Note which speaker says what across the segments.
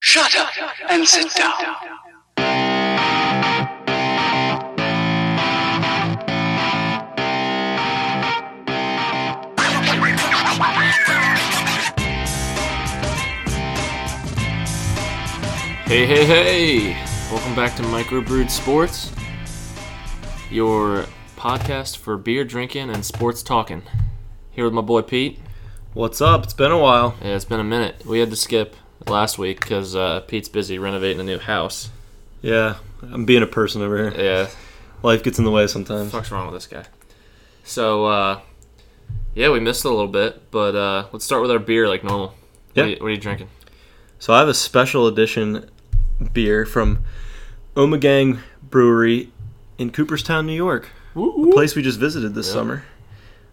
Speaker 1: Shut up and sit down.
Speaker 2: Hey, hey, hey! Welcome back to Microbrewed Sports, your podcast for beer drinking and sports talking. Here with my boy Pete.
Speaker 3: What's up? It's been a while.
Speaker 2: Yeah, it's been a minute. We had to skip last week because uh, Pete's busy renovating a new house.
Speaker 3: Yeah, I'm being a person over here.
Speaker 2: Yeah,
Speaker 3: Life gets in the way sometimes.
Speaker 2: fuck's wrong with this guy? So, uh, yeah, we missed it a little bit, but uh, let's start with our beer like normal. What,
Speaker 3: Yeah.
Speaker 2: are you, what are you drinking?
Speaker 3: So I have a special edition beer from Omegang Brewery in Cooperstown, New York, a place we just visited this
Speaker 2: Yeah.
Speaker 3: summer.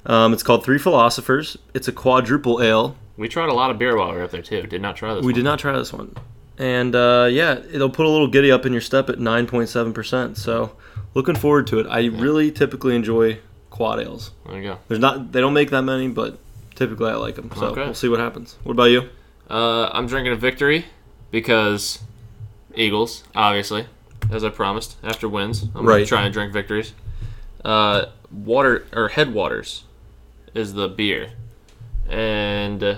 Speaker 3: Um, it's called Three Philosophers. It's a quadruple ale.
Speaker 2: We tried a lot of beer while we were up there too. Did not try this.
Speaker 3: We
Speaker 2: one.
Speaker 3: did not try this one, and uh, yeah, it'll put a little giddy up in your step at 9.7 percent. So looking forward to it. I really typically enjoy quad ales.
Speaker 2: There you go.
Speaker 3: There's not they don't make that many, but typically I like them. So
Speaker 2: Okay.
Speaker 3: we'll see what happens. What about you?
Speaker 2: Uh, I'm drinking a victory because Eagles, obviously, as I promised after wins. I'm
Speaker 3: Right.
Speaker 2: trying to drink victories. Uh, water or headwaters is the beer, and uh,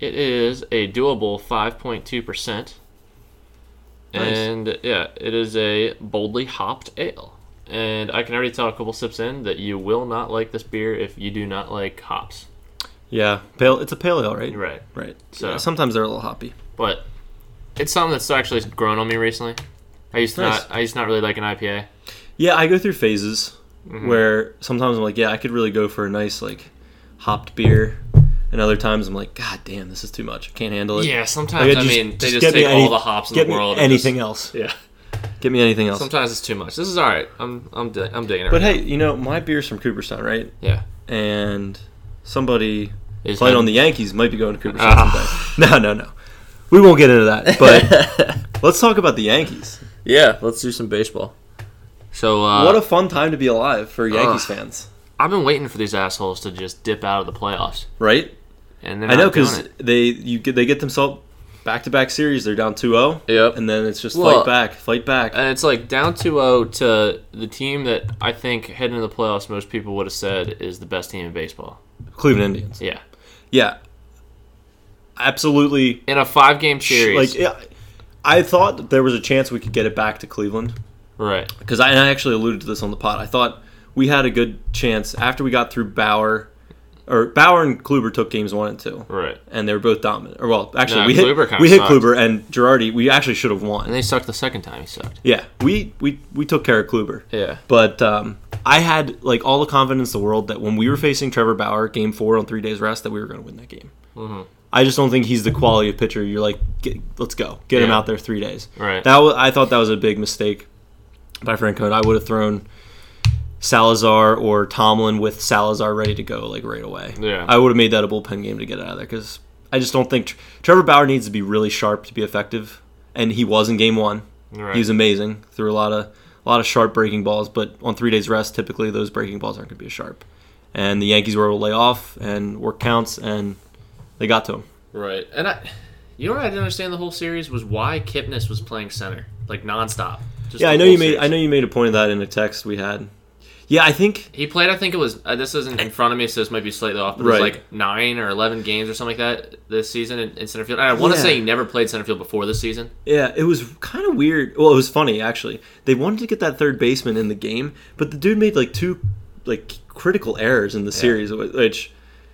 Speaker 2: it is a doable 5.2 percent.
Speaker 3: Nice.
Speaker 2: And yeah, it is a boldly hopped ale. And I can already tell a couple sips in that you will not like this beer if you do not like hops.
Speaker 3: Yeah, pale. It's a pale ale, right?
Speaker 2: You're right.
Speaker 3: Right.
Speaker 2: So-
Speaker 3: So sometimes they're a little hoppy.
Speaker 2: but it's something that's actually grown on me recently. I used to
Speaker 3: Nice.
Speaker 2: not, I used to not really like an IPA.
Speaker 3: Yeah, I go through phases
Speaker 2: Mm-hmm.
Speaker 3: where sometimes I'm like, yeah, I could really go for a nice like hopped beer, and other times I'm like, god damn, this is too much. I can't handle it.
Speaker 2: Yeah,
Speaker 3: Like,
Speaker 2: sometimes I
Speaker 3: just-
Speaker 2: mean they just
Speaker 3: get me
Speaker 2: take
Speaker 3: any-
Speaker 2: all the hops in
Speaker 3: get
Speaker 2: the
Speaker 3: me
Speaker 2: world. and
Speaker 3: Anything else?
Speaker 2: just- yeah.
Speaker 3: Get me anything else.
Speaker 2: Sometimes it's too much. This is all right. I'm I'm di- I'm digging it.
Speaker 3: But
Speaker 2: right
Speaker 3: hey, you know my beer's from Cooperstown, right?
Speaker 2: now. yeah,
Speaker 3: And somebody
Speaker 2: It's
Speaker 3: playing
Speaker 2: not-
Speaker 3: on the Yankees might be going to Cooperstown
Speaker 2: Ah.
Speaker 3: someday. No, no, no. We won't get into that. But let's talk about the Yankees.
Speaker 2: yeah. Let's do some baseball. So uh,
Speaker 3: what a fun time to be alive for Yankees
Speaker 2: uh,
Speaker 3: fans,
Speaker 2: I've been waiting for these assholes to just dip out of the playoffs,
Speaker 3: right?
Speaker 2: and then
Speaker 3: I know because they you get they get themselves back to back series. They're down 2-0.
Speaker 2: Yep.
Speaker 3: and then it's just
Speaker 2: Well, uh,
Speaker 3: fight back, fight back.
Speaker 2: And it's like down 2-0 to the team that I think heading into the playoffs, most people would have said is the best team in baseball.
Speaker 3: Cleveland Indians.
Speaker 2: Yeah,
Speaker 3: Yeah, absolutely.
Speaker 2: in a five game series,
Speaker 3: Like yeah, I thought that there was a chance we could get it back to Cleveland
Speaker 2: right?
Speaker 3: because I, and I actually alluded to this on the pod. I thought we had a good chance after we got through Bauer, or Bauer and Kluber took games one and two.
Speaker 2: Right.
Speaker 3: And they were both dominant. Or well, actually,
Speaker 2: No,
Speaker 3: we hit
Speaker 2: Kluber kinda
Speaker 3: we hit
Speaker 2: sucked.
Speaker 3: Kluber and Girardi. We actually should have won.
Speaker 2: And they sucked the second time he sucked.
Speaker 3: Yeah, we we, we took care of Kluber.
Speaker 2: Yeah.
Speaker 3: But um, I had like all the confidence in the world that when we were facing Trevor Bauer game four on three days rest, that we were going to win that game.
Speaker 2: Mm-hmm.
Speaker 3: I just don't think he's the quality of pitcher. You're like, get, let's go, get him
Speaker 2: Yeah.
Speaker 3: out there three days.
Speaker 2: Right.
Speaker 3: That wa I thought that was a big mistake by Francona. I would have thrown Salazar or Tomlin with Salazar ready to go like right away.
Speaker 2: Yeah.
Speaker 3: I would have made that a bullpen game to get out of there because I just don't think Tr- Trevor Bauer needs to be really sharp to be effective, and he was in game one.
Speaker 2: Right.
Speaker 3: He was amazing. Threw a lot of a lot of sharp breaking balls, but on three days rest, typically those breaking balls aren't going to be as sharp. And the Yankees were able to lay off and work counts, and they got to him.
Speaker 2: Right. And I, you know what I didn't understand the whole series was why Kipnis was playing center like nonstop. Just
Speaker 3: Yeah,
Speaker 2: the
Speaker 3: I know
Speaker 2: whole
Speaker 3: you made
Speaker 2: series.
Speaker 3: I know you made a point of that in a text we had. Yeah, I think
Speaker 2: He played. I think it was. Uh, this isn't in front of me, so this might be slightly off. But it was
Speaker 3: Right.
Speaker 2: like nine or eleven games or something like that this season in, in center field. And I want to
Speaker 3: Yeah.
Speaker 2: say he never played center field before this season.
Speaker 3: yeah, it was kind of weird. Well, it was funny actually. They wanted to get that third baseman in the game, but the dude made like two like critical errors in the series, wh- which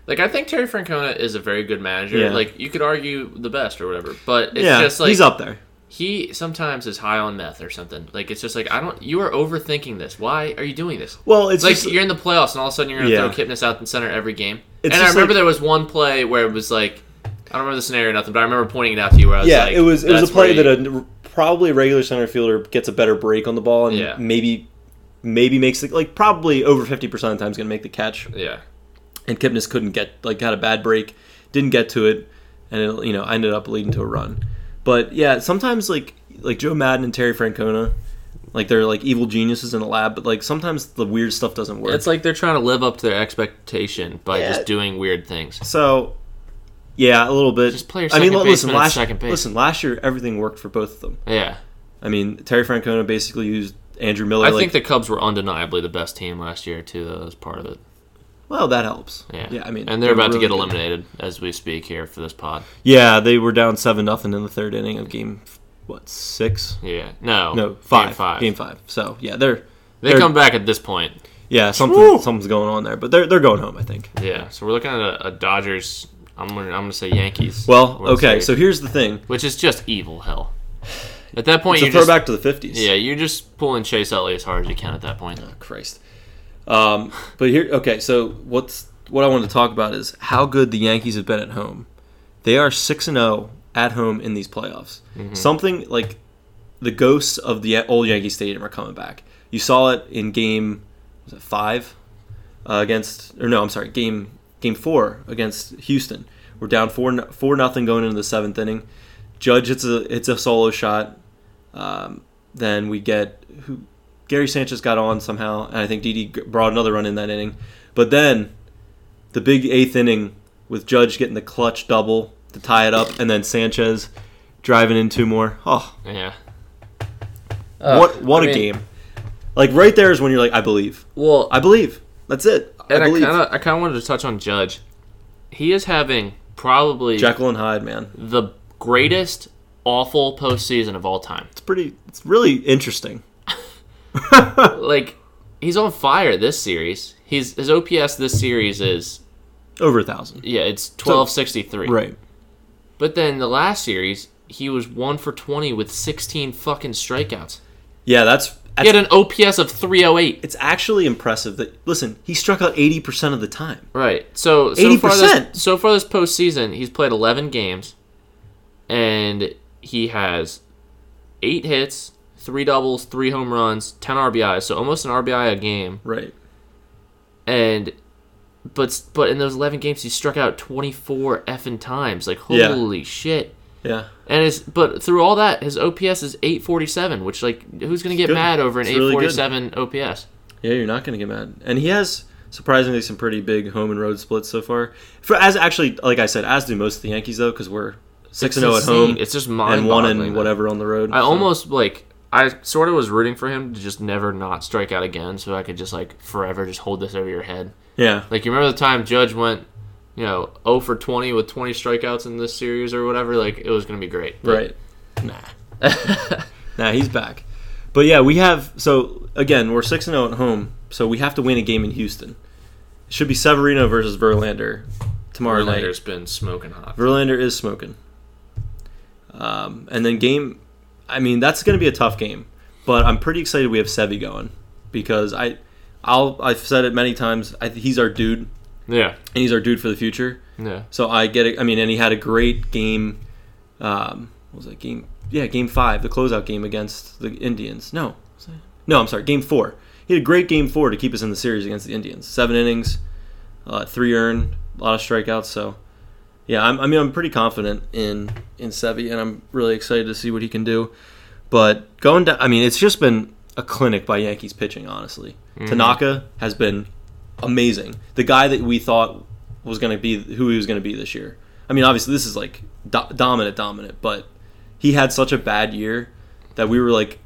Speaker 2: Like I think Terry Francona is a very good manager.
Speaker 3: Yeah.
Speaker 2: Like you could argue the best or whatever, but it's
Speaker 3: yeah,
Speaker 2: just like
Speaker 3: he's up there.
Speaker 2: he sometimes is high on meth or something. Like it's just like I don't. You are overthinking this. Why are you doing this?
Speaker 3: Well, it's
Speaker 2: It's like
Speaker 3: just,
Speaker 2: you're in the playoffs, and all of a sudden you're gonna
Speaker 3: Yeah.
Speaker 2: throw Kipnis out in center every game.
Speaker 3: It's
Speaker 2: and I
Speaker 3: just
Speaker 2: remember
Speaker 3: like-
Speaker 2: there was one play where it was like, I don't remember the scenario or nothing, but I remember pointing it out to you where I was
Speaker 3: yeah,
Speaker 2: like,
Speaker 3: it was it was
Speaker 2: "That's
Speaker 3: a play
Speaker 2: where
Speaker 3: that
Speaker 2: you-
Speaker 3: a probably a regular center fielder gets a better break on the ball and
Speaker 2: Yeah.
Speaker 3: maybe maybe makes the, like probably over 50% of the time is going to make the catch
Speaker 2: yeah,
Speaker 3: and Kipnis couldn't get like had a bad break, didn't get to it, and it, you know ended up leading to a run. But yeah, sometimes like like Joe Madden and Terry Francona, like they're like evil geniuses in the lab, but like sometimes the weird stuff doesn't work.
Speaker 2: it's like they're trying to live up to their expectation by
Speaker 3: Yeah.
Speaker 2: just doing weird things.
Speaker 3: so Yeah, a little bit.
Speaker 2: Just play your
Speaker 3: I mean,
Speaker 2: second
Speaker 3: li- listen,
Speaker 2: baseman at
Speaker 3: last
Speaker 2: second base.
Speaker 3: listen, last year everything worked for both of them.
Speaker 2: Yeah.
Speaker 3: I mean, Terry Francona basically used Andrew Miller.
Speaker 2: I
Speaker 3: like,
Speaker 2: think the Cubs were undeniably the best team last year too. Though, as part of it,
Speaker 3: well, that helps.
Speaker 2: yeah,
Speaker 3: I mean,
Speaker 2: and they're about to get
Speaker 3: really good.
Speaker 2: eliminated as we speak here for this pod.
Speaker 3: Yeah, they were down seven nothing in the third inning of game what six?
Speaker 2: Yeah, no,
Speaker 3: No,
Speaker 2: Game
Speaker 3: five.
Speaker 2: five.
Speaker 3: Game five. So yeah, they're
Speaker 2: They
Speaker 3: they're-
Speaker 2: come back at this point.
Speaker 3: yeah something
Speaker 2: Woo!
Speaker 3: something's going on there, but they're they're going home. I think.
Speaker 2: Yeah, so we're looking at a, a Dodgers. I'm gonna, I'm gonna say Yankees.
Speaker 3: Well,
Speaker 2: World
Speaker 3: okay.
Speaker 2: Series,
Speaker 3: So here's the thing.
Speaker 2: which is just evil hell. At that point,
Speaker 3: It's a
Speaker 2: you just
Speaker 3: throwback to the fifties.
Speaker 2: yeah, you're just pulling Chase Elliott as hard as you can at that point.
Speaker 3: Oh, Christ. Um, but here, okay. So what's what I want to talk about is how good the Yankees have been at home. They are six and zero at home in these playoffs. Something like the ghosts of the old Yankee Stadium are coming back. You saw it in game was it five uh, against, or no, I'm sorry, game game four against Houston. We're down four no- four nothing going into the seventh inning. Judge hits a hits a solo shot. Um, then we get who Gary Sanchez got on somehow, and I think DD brought another run in that inning. But then the big eighth inning with Judge getting the clutch double to tie it up, and then Sanchez driving in two more. Oh,
Speaker 2: Yeah.
Speaker 3: what what
Speaker 2: Uh, I
Speaker 3: a
Speaker 2: mean-
Speaker 3: game! Like right there is when you're like, I believe,
Speaker 2: Well,
Speaker 3: I believe. That's it.
Speaker 2: and
Speaker 3: I
Speaker 2: I
Speaker 3: believe.
Speaker 2: kind of I kind of wanted to touch on Judge. He is having probably
Speaker 3: Jekyll and Hyde, man.
Speaker 2: the greatest awful postseason of all time.
Speaker 3: It's pretty. It's really interesting.
Speaker 2: Like he's on fire this series. He's his OPS this series is
Speaker 3: Over a thousand.
Speaker 2: yeah, it's 1263.
Speaker 3: Right.
Speaker 2: But then the last series, he was 1 for 20 with 16 fucking strikeouts.
Speaker 3: Yeah, that's.
Speaker 2: He had
Speaker 3: that's
Speaker 2: an OPS of 308.
Speaker 3: it's actually impressive that listen, he struck out eighty percent of the time.
Speaker 2: Right. So so far
Speaker 3: 80%.
Speaker 2: this so far this postseason, he's played 11 games and he has 8 hits, 3 doubles, 3 home runs, 10 RBIs, so almost an RBI a game.
Speaker 3: Right.
Speaker 2: and but but in those 11 games he struck out 24 effing times like
Speaker 3: Yeah.
Speaker 2: holy shit
Speaker 3: Yeah.
Speaker 2: and it's but through all that his ops is 847 which like who's gonna get
Speaker 3: good.
Speaker 2: mad over an
Speaker 3: It's really good.
Speaker 2: 847 ops
Speaker 3: Yeah, you're not going to get mad. And he has surprisingly some pretty big home and road splits so far. For as actually, like I said, as do most of the Yankees though, because we're six and zero at
Speaker 2: insane.
Speaker 3: home.
Speaker 2: It's just
Speaker 3: and one
Speaker 2: mind-boggling,
Speaker 3: and
Speaker 2: man.
Speaker 3: whatever on the road.
Speaker 2: i
Speaker 3: so-
Speaker 2: almost like i sort of was rooting for him to just never not strike out again so i could just like forever just hold this over your head
Speaker 3: yeah
Speaker 2: like you remember the time judge went you know 0 for 20 with 20 strikeouts in this series or whatever like it was gonna be great But-
Speaker 3: right. Nah, nah, he's back. But yeah, we have so again we're six and zero at home, so we have to win a game in Houston. It should be Severino versus Verlander tomorrow night.
Speaker 2: Verlander's been smoking hot
Speaker 3: Verlander is smoking. Um, and then game, I mean that's going to be a tough game, but I'm pretty excited we have Sevy going because I, I'll I've said it many times. I, he's our dude, and
Speaker 2: yeah
Speaker 3: he's our dude for the future.
Speaker 2: yeah
Speaker 3: So I get it. I mean, and he had a great game. Um, what was that game? Yeah, game five, the closeout game against the Indians. No, was that- no, I'm sorry, game four. He had a great game four to keep us in the series against the Indians. Seven innings, uh, three earned, a lot of strikeouts. So, yeah, I'm, I mean, I'm pretty confident in in Sevy, and I'm really excited to see what he can do. But going down, I mean, it's just been a clinic by Yankees pitching. Honestly, Tanaka has been amazing. The guy that we thought was going to be who he was going to be this year. I mean, obviously this is like do- dominant, dominant, but he had such a bad year that we were like,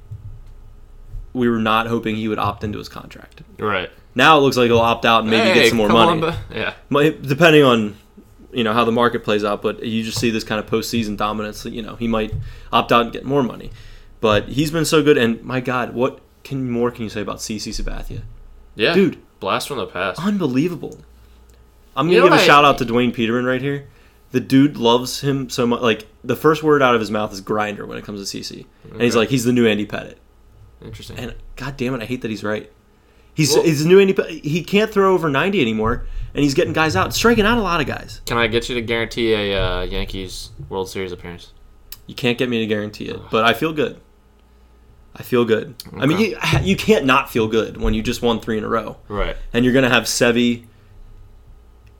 Speaker 3: we were not hoping he would opt into his contract.
Speaker 2: right
Speaker 3: Now it looks like he'll opt out and maybe get
Speaker 2: Hey,
Speaker 3: some more
Speaker 2: come on,
Speaker 3: money,
Speaker 2: bu- yeah.
Speaker 3: Mi- depending on you know how the market plays out. But you just see this kind of postseason dominance. that, You know, he might opt out and get more money, but he's been so good. And my God, what can more can you say about CC Sabathia?
Speaker 2: Yeah.
Speaker 3: Dude.
Speaker 2: Blast from the past.
Speaker 3: unbelievable. I'm
Speaker 2: You know
Speaker 3: gonna give a
Speaker 2: what I-
Speaker 3: shout out to Dwayne Peterman right here. The dude loves him so much. Like the first word out of his mouth is grinder when it comes to CC, and he's
Speaker 2: Okay.
Speaker 3: like, he's the new Andy Pettit.
Speaker 2: Interesting.
Speaker 3: And god damn it, I hate that he's right. He's
Speaker 2: Well-
Speaker 3: he's the new Andy. Pettit. He can't throw over 90 anymore, and he's getting guys out, striking out a lot of guys.
Speaker 2: Can I get you to guarantee a uh, Yankees World Series appearance?
Speaker 3: You can't get me to guarantee it, but I feel good. I feel good. I mean, you, you can't not feel good when you just won three in a row.
Speaker 2: Right.
Speaker 3: and you're gonna have Sevi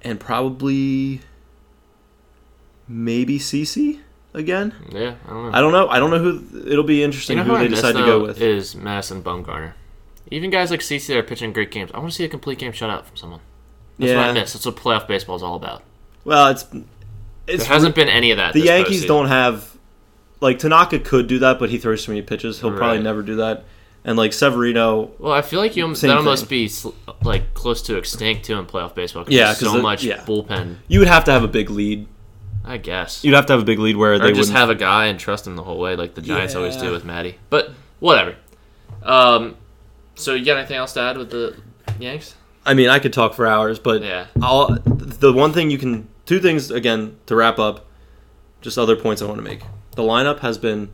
Speaker 3: and probably maybe CC again.
Speaker 2: Yeah. I don't know.
Speaker 3: I don't know. I don't know who. It'll be
Speaker 2: you
Speaker 3: interesting
Speaker 2: know who
Speaker 3: who
Speaker 2: I
Speaker 3: they
Speaker 2: miss,
Speaker 3: decide to
Speaker 2: though,
Speaker 3: go with.
Speaker 2: Is Madison Bumgarner. Even guys like CC that are pitching great games. I want to see a complete game shutout from someone. That's what I
Speaker 3: yeah.
Speaker 2: miss. That's what playoff baseball is all about.
Speaker 3: Well, it's it's
Speaker 2: There hasn't been any of that.
Speaker 3: the
Speaker 2: this
Speaker 3: Yankees
Speaker 2: postseason.
Speaker 3: don't have like Tanaka could do that, but he throws too many pitches. He'll probably
Speaker 2: Right.
Speaker 3: never do that. And like Severino,
Speaker 2: Well, I feel like you almost,
Speaker 3: Same
Speaker 2: that
Speaker 3: thing.
Speaker 2: must be sl- like close to extinct too in playoff baseball. Cause
Speaker 3: Yeah,
Speaker 2: there's
Speaker 3: 'cause
Speaker 2: so
Speaker 3: the-
Speaker 2: much
Speaker 3: yeah.
Speaker 2: bullpen.
Speaker 3: you would have to have a big lead.
Speaker 2: I guess
Speaker 3: You'd have to have a big lead where
Speaker 2: or
Speaker 3: they
Speaker 2: just
Speaker 3: would
Speaker 2: have a guy and trust him the whole way, like the Giants always
Speaker 3: Yeah.
Speaker 2: do with Maddie. But whatever. Um, so you got anything else to add with the Yanks?
Speaker 3: I mean, I could talk for hours, but
Speaker 2: Yeah.
Speaker 3: I'll, the one thing you can two things again to wrap up. Just other points I want to make. The lineup has been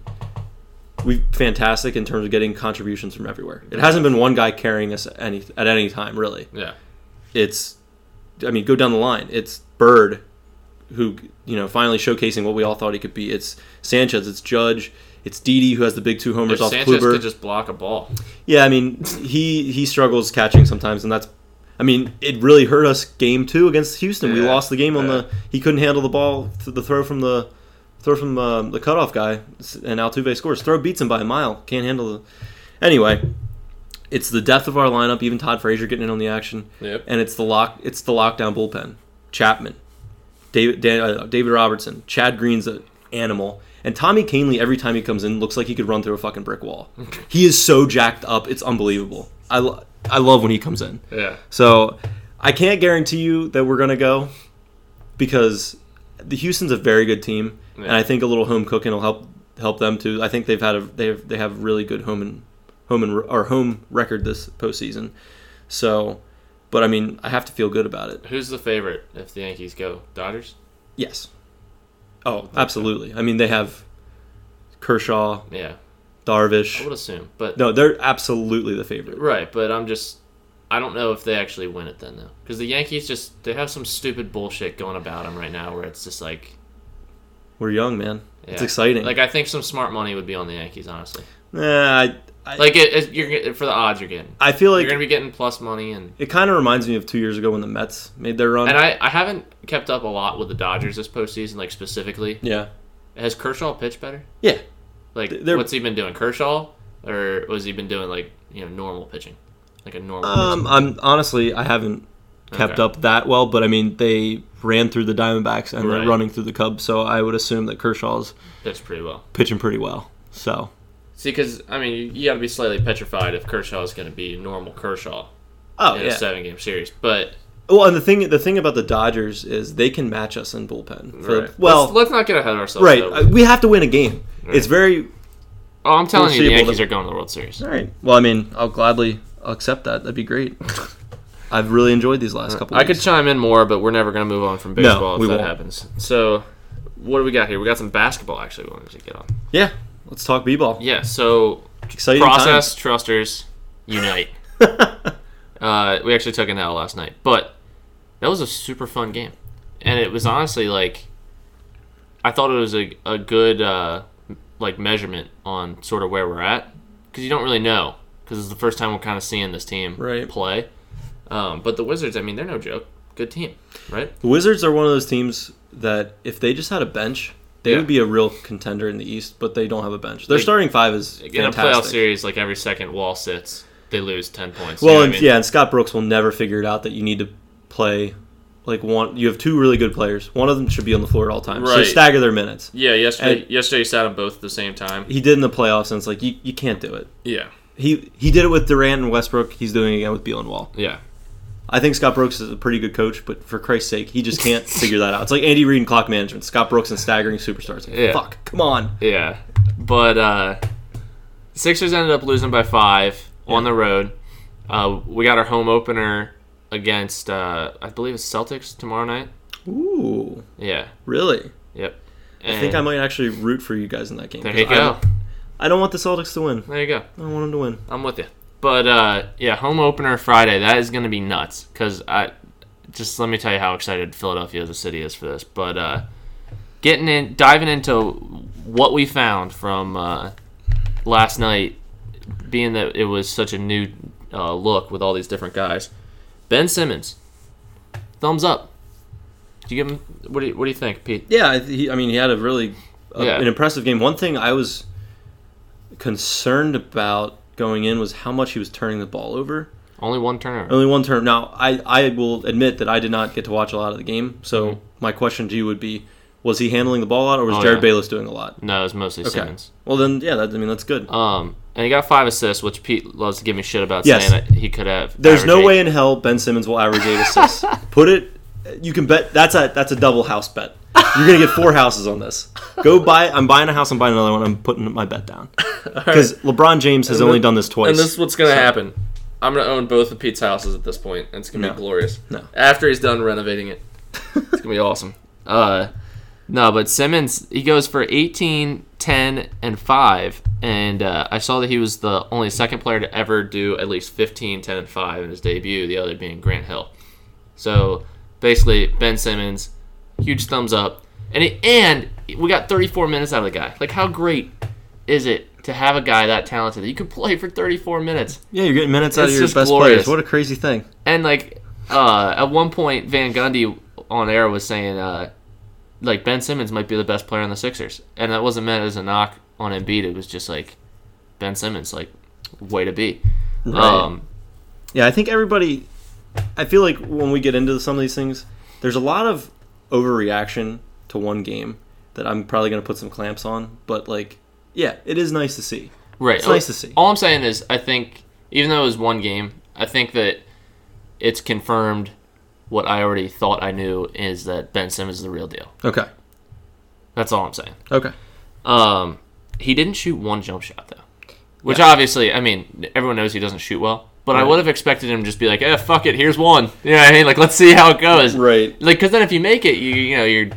Speaker 3: we fantastic in terms of getting contributions from everywhere. It hasn't been one guy carrying us at any at any time really.
Speaker 2: Yeah.
Speaker 3: It's I mean, go down the line. It's Bird who you know finally showcasing what we all thought he could be. It's Sanchez. It's Judge. It's Didi who has the big two homers
Speaker 2: If
Speaker 3: off
Speaker 2: Sanchez
Speaker 3: Kluber.
Speaker 2: could just block a ball.
Speaker 3: Yeah, I mean, he he struggles catching sometimes, and that's, I mean, it really hurt us game two against Houston. we
Speaker 2: Yeah,
Speaker 3: lost the game on
Speaker 2: yeah.
Speaker 3: the he couldn't handle the ball, th- the throw from the throw from um, the cutoff guy, s- and Altuve scores. Throw beats him by a mile. Can't handle the. Anyway, it's the depth of our lineup. Even Todd Frazier getting in on the action,
Speaker 2: Yep.
Speaker 3: and it's the lock. It's the lockdown bullpen. Chapman, David Dan, uh, David Robertson, Chad Green's an animal, and Tommy Canley every time he comes in looks like he could run through a fucking brick wall. he is so jacked up, it's unbelievable. I lo- I love when he comes in.
Speaker 2: Yeah.
Speaker 3: So I can't guarantee you that we're gonna go because the Houston's a very good team, and
Speaker 2: Yeah.
Speaker 3: I think a little home cooking will help help them too. I think they've had a they have they have really good home and home and or home record this postseason. So, but I mean, I have to feel good about it.
Speaker 2: Who's the favorite if the Yankees go? Dodgers?
Speaker 3: Yes. Oh, absolutely. I mean, they have Kershaw,
Speaker 2: Yeah. I
Speaker 3: Darvish.
Speaker 2: would assume. But
Speaker 3: No, they're absolutely the favorite.
Speaker 2: right, but I'm just I don't know if they actually win it then though. Cuz the Yankees just they have some stupid bullshit going about them right now where it's just like
Speaker 3: We're young, man. It's
Speaker 2: yeah.
Speaker 3: exciting.
Speaker 2: Like I think some smart money would be on the Yankees, honestly.
Speaker 3: Nah, I, I,
Speaker 2: Like it, it, you're get- for the odds you're getting.
Speaker 3: I feel
Speaker 2: you're
Speaker 3: like
Speaker 2: gonna be getting plus money and
Speaker 3: it kind of reminds me of two years ago when the Mets made their run.
Speaker 2: and I, I haven't kept up a lot with the Dodgers this postseason like specifically.
Speaker 3: yeah.
Speaker 2: Has Kershaw pitched better?
Speaker 3: Yeah.
Speaker 2: Like
Speaker 3: They're-
Speaker 2: what's he been doing? Kershaw or was he been doing like you know normal pitching, like a normal?
Speaker 3: Um, I'm honestly, I haven't kept
Speaker 2: Okay.
Speaker 3: up that well, but I mean, they ran through the Diamondbacks and
Speaker 2: Right.
Speaker 3: they're running through the Cubs, so I would assume that Kershaw's
Speaker 2: pitcher? Pitched pretty well.
Speaker 3: pitching pretty well. So
Speaker 2: See, because I mean, you, you got to be slightly petrified if Kershaw is going to be normal Kershaw
Speaker 3: oh
Speaker 2: in a seven-game series. But
Speaker 3: Well, and the thing the thing about the Dodgers is they can match us in bullpen. For-
Speaker 2: right.
Speaker 3: Well,
Speaker 2: let's, let's not get ahead of ourselves.
Speaker 3: right,
Speaker 2: though.
Speaker 3: uh, we have to win a game. It's very
Speaker 2: oh, I'm telling you, the
Speaker 3: foreseeable
Speaker 2: Yankees
Speaker 3: that-
Speaker 2: are going to the World Series.
Speaker 3: all right. Well, I mean, I'll gladly accept that. That'd be great. I've really enjoyed these last couple.
Speaker 2: I could
Speaker 3: weeks.
Speaker 2: chime in more, but we're never going to move on from baseball if
Speaker 3: we
Speaker 2: that
Speaker 3: won't.
Speaker 2: happens. So, what do we got here? We got some basketball actually. We wanted to get on.
Speaker 3: yeah. Let's talk b-ball.
Speaker 2: Yeah. So
Speaker 3: Exciting times.
Speaker 2: process trusters unite. uh, we actually took an L last night, but that was a super fun game, and it was honestly like I thought it was a a good uh, like measurement on sort of where we're at because you don't really know because it's the first time we're kind of seeing this team
Speaker 3: Right.
Speaker 2: play. Um, but the Wizards, I mean, they're no joke. Good team, right?
Speaker 3: The Wizards are one of those teams that if they just had a bench, they
Speaker 2: Yeah.
Speaker 3: would be a real contender in the East. But they don't have a bench. Their
Speaker 2: They-
Speaker 3: starting five is
Speaker 2: In
Speaker 3: fantastic.
Speaker 2: a playoff series, like every second wall sits, they lose ten points. you
Speaker 3: Well,
Speaker 2: know what I
Speaker 3: and,
Speaker 2: mean?
Speaker 3: yeah, and Scott Brooks will never figure it out that you need to play like one. You have two really good players. One of them should be on the floor at all times. So
Speaker 2: Right.
Speaker 3: stagger their minutes.
Speaker 2: yeah. Yesterday,
Speaker 3: and-
Speaker 2: yesterday you sat them both at the same time.
Speaker 3: He did in the playoffs, and it's like you, you can't do it.
Speaker 2: Yeah,
Speaker 3: He he did it with Durant and Westbrook. He's doing it again with Beal and Wall.
Speaker 2: yeah.
Speaker 3: I think Scott Brooks is a pretty good coach, but for Christ's sake, he just can't figure that out. It's like Andy Reid and clock management. Scott Brooks and staggering superstars. Like,
Speaker 2: Yeah.
Speaker 3: Fuck, come on.
Speaker 2: Yeah. But uh Sixers ended up losing by five on the road. Uh, we got our home opener against uh, I believe it's Celtics tomorrow night.
Speaker 3: Ooh,
Speaker 2: Yeah.
Speaker 3: really?
Speaker 2: Yep.
Speaker 3: I think I might actually root for you guys in that game.
Speaker 2: There you
Speaker 3: 'cause I-
Speaker 2: go.
Speaker 3: I don't want the Celtics to win.
Speaker 2: There you go.
Speaker 3: I don't want them to win.
Speaker 2: I'm with you. But uh, yeah, home opener Friday. That is going to be nuts. Cause I just let me tell you how excited Philadelphia, the city, is for this. But uh, getting in, diving into what we found from uh, last night, being that it was such a new uh, look with all these different guys. Ben Simmons, thumbs up. Do you give him? What do you, What do you think, Pete?
Speaker 3: Yeah, I- he, I mean, he had a really a-
Speaker 2: Yeah.
Speaker 3: an impressive game. One thing I was concerned about going in was how much he was turning the ball over.
Speaker 2: Only one turnover.
Speaker 3: Only one Mm-hmm. turn. Now, I, I will admit that I did not get to watch a lot of the game, so my question to you would be, Was he handling the ball a lot, or was
Speaker 2: Oh,
Speaker 3: Jared
Speaker 2: yeah.
Speaker 3: Bayless doing a lot?
Speaker 2: No, it was mostly
Speaker 3: Okay.
Speaker 2: Simmons.
Speaker 3: Well, then, yeah, that, I mean, that's good.
Speaker 2: Um, and he got five assists, which Pete loves to give me shit about
Speaker 3: Yes.
Speaker 2: saying that he could have.
Speaker 3: There's no
Speaker 2: averaged
Speaker 3: way
Speaker 2: eight.
Speaker 3: in hell Ben Simmons will average eight assists. Put it. You can bet that's a that's a double house bet. You're gonna get four houses on this. Go buy. I'm buying a house. I'm buying another one. I'm putting my bet down because LeBron James has only
Speaker 2: then-
Speaker 3: done this twice.
Speaker 2: And this is what's gonna happen. I'm gonna own both of Pete's houses at this point, and it's gonna
Speaker 3: No.
Speaker 2: be glorious.
Speaker 3: No.
Speaker 2: After he's done renovating it, it's gonna be awesome. Uh, no, but Simmons he goes for 18, 10, and five, and uh, I saw that he was the only second player to ever do at least 15, 10, and five in his debut. The other being Grant Hill. So basically, Ben Simmons, huge thumbs up, and it, and we got 34 minutes out of the guy. Like how great is it to have a guy that talented that you could play for 34 minutes?
Speaker 3: yeah, you're getting minutes out
Speaker 2: It's
Speaker 3: of your
Speaker 2: just
Speaker 3: best
Speaker 2: glorious.
Speaker 3: players. What a crazy thing.
Speaker 2: And like uh, at one point, Van Gundy on air was saying uh, like Ben Simmons might be the best player on the Sixers, and that wasn't meant as a knock on Embiid. It was just like Ben Simmons, like way to be. Um,
Speaker 3: Yeah, I think everybody. I feel like when we get into some of these things, there's a lot of overreaction to one game that I'm probably going to put some clamps on. But like, yeah, it is nice to see.
Speaker 2: right.
Speaker 3: It's nice to see.
Speaker 2: All I'm saying is, I think even though it was one game, I think that it's confirmed what I already thought I knew is that Ben Simmons is the real deal.
Speaker 3: Okay.
Speaker 2: That's all I'm saying.
Speaker 3: Okay.
Speaker 2: Um, he didn't shoot one jump shot though, which obviously, I mean, everyone knows he doesn't shoot well. But I
Speaker 3: Right.
Speaker 2: would have expected him to just be like, "Eh, fuck it, here's one." You know what I mean? Like, let's see how it goes.
Speaker 3: Right.
Speaker 2: Like, because then if you make it, you you know you're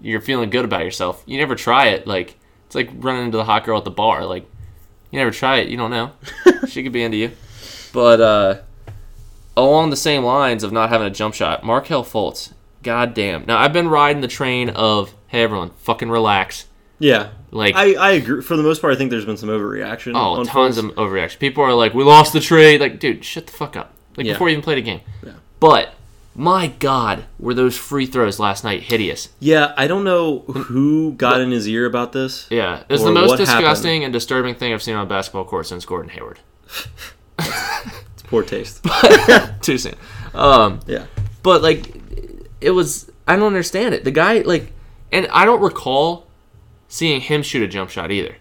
Speaker 2: you're feeling good about yourself. You never try it. Like, it's like running into the hot girl at the bar. Like, you never try it. You don't know. she could be into you. But uh, along the same lines of not having a jump shot, Markel Fultz. God damn. Now I've been riding the train of, hey everyone, fucking relax.
Speaker 3: Yeah.
Speaker 2: Like
Speaker 3: I, I agree. For the most part, I think there's been some overreaction.
Speaker 2: Oh,
Speaker 3: on
Speaker 2: tons
Speaker 3: folks.
Speaker 2: of overreaction. People are like, "We lost the trade." Like, dude, shut the fuck up. Like
Speaker 3: Yeah.
Speaker 2: before you even played a game.
Speaker 3: Yeah.
Speaker 2: But my God, were those free throws last night hideous?
Speaker 3: Yeah, I don't know who got in his ear about this.
Speaker 2: Yeah, it's the
Speaker 3: Or
Speaker 2: most
Speaker 3: what happened.
Speaker 2: disgusting and disturbing thing I've seen on a basketball court since Gordon Hayward.
Speaker 3: It's poor taste.
Speaker 2: Too soon. Um,
Speaker 3: yeah.
Speaker 2: but like it was i don't understand it the guy like and i don't recall seeing him shoot a jump shot either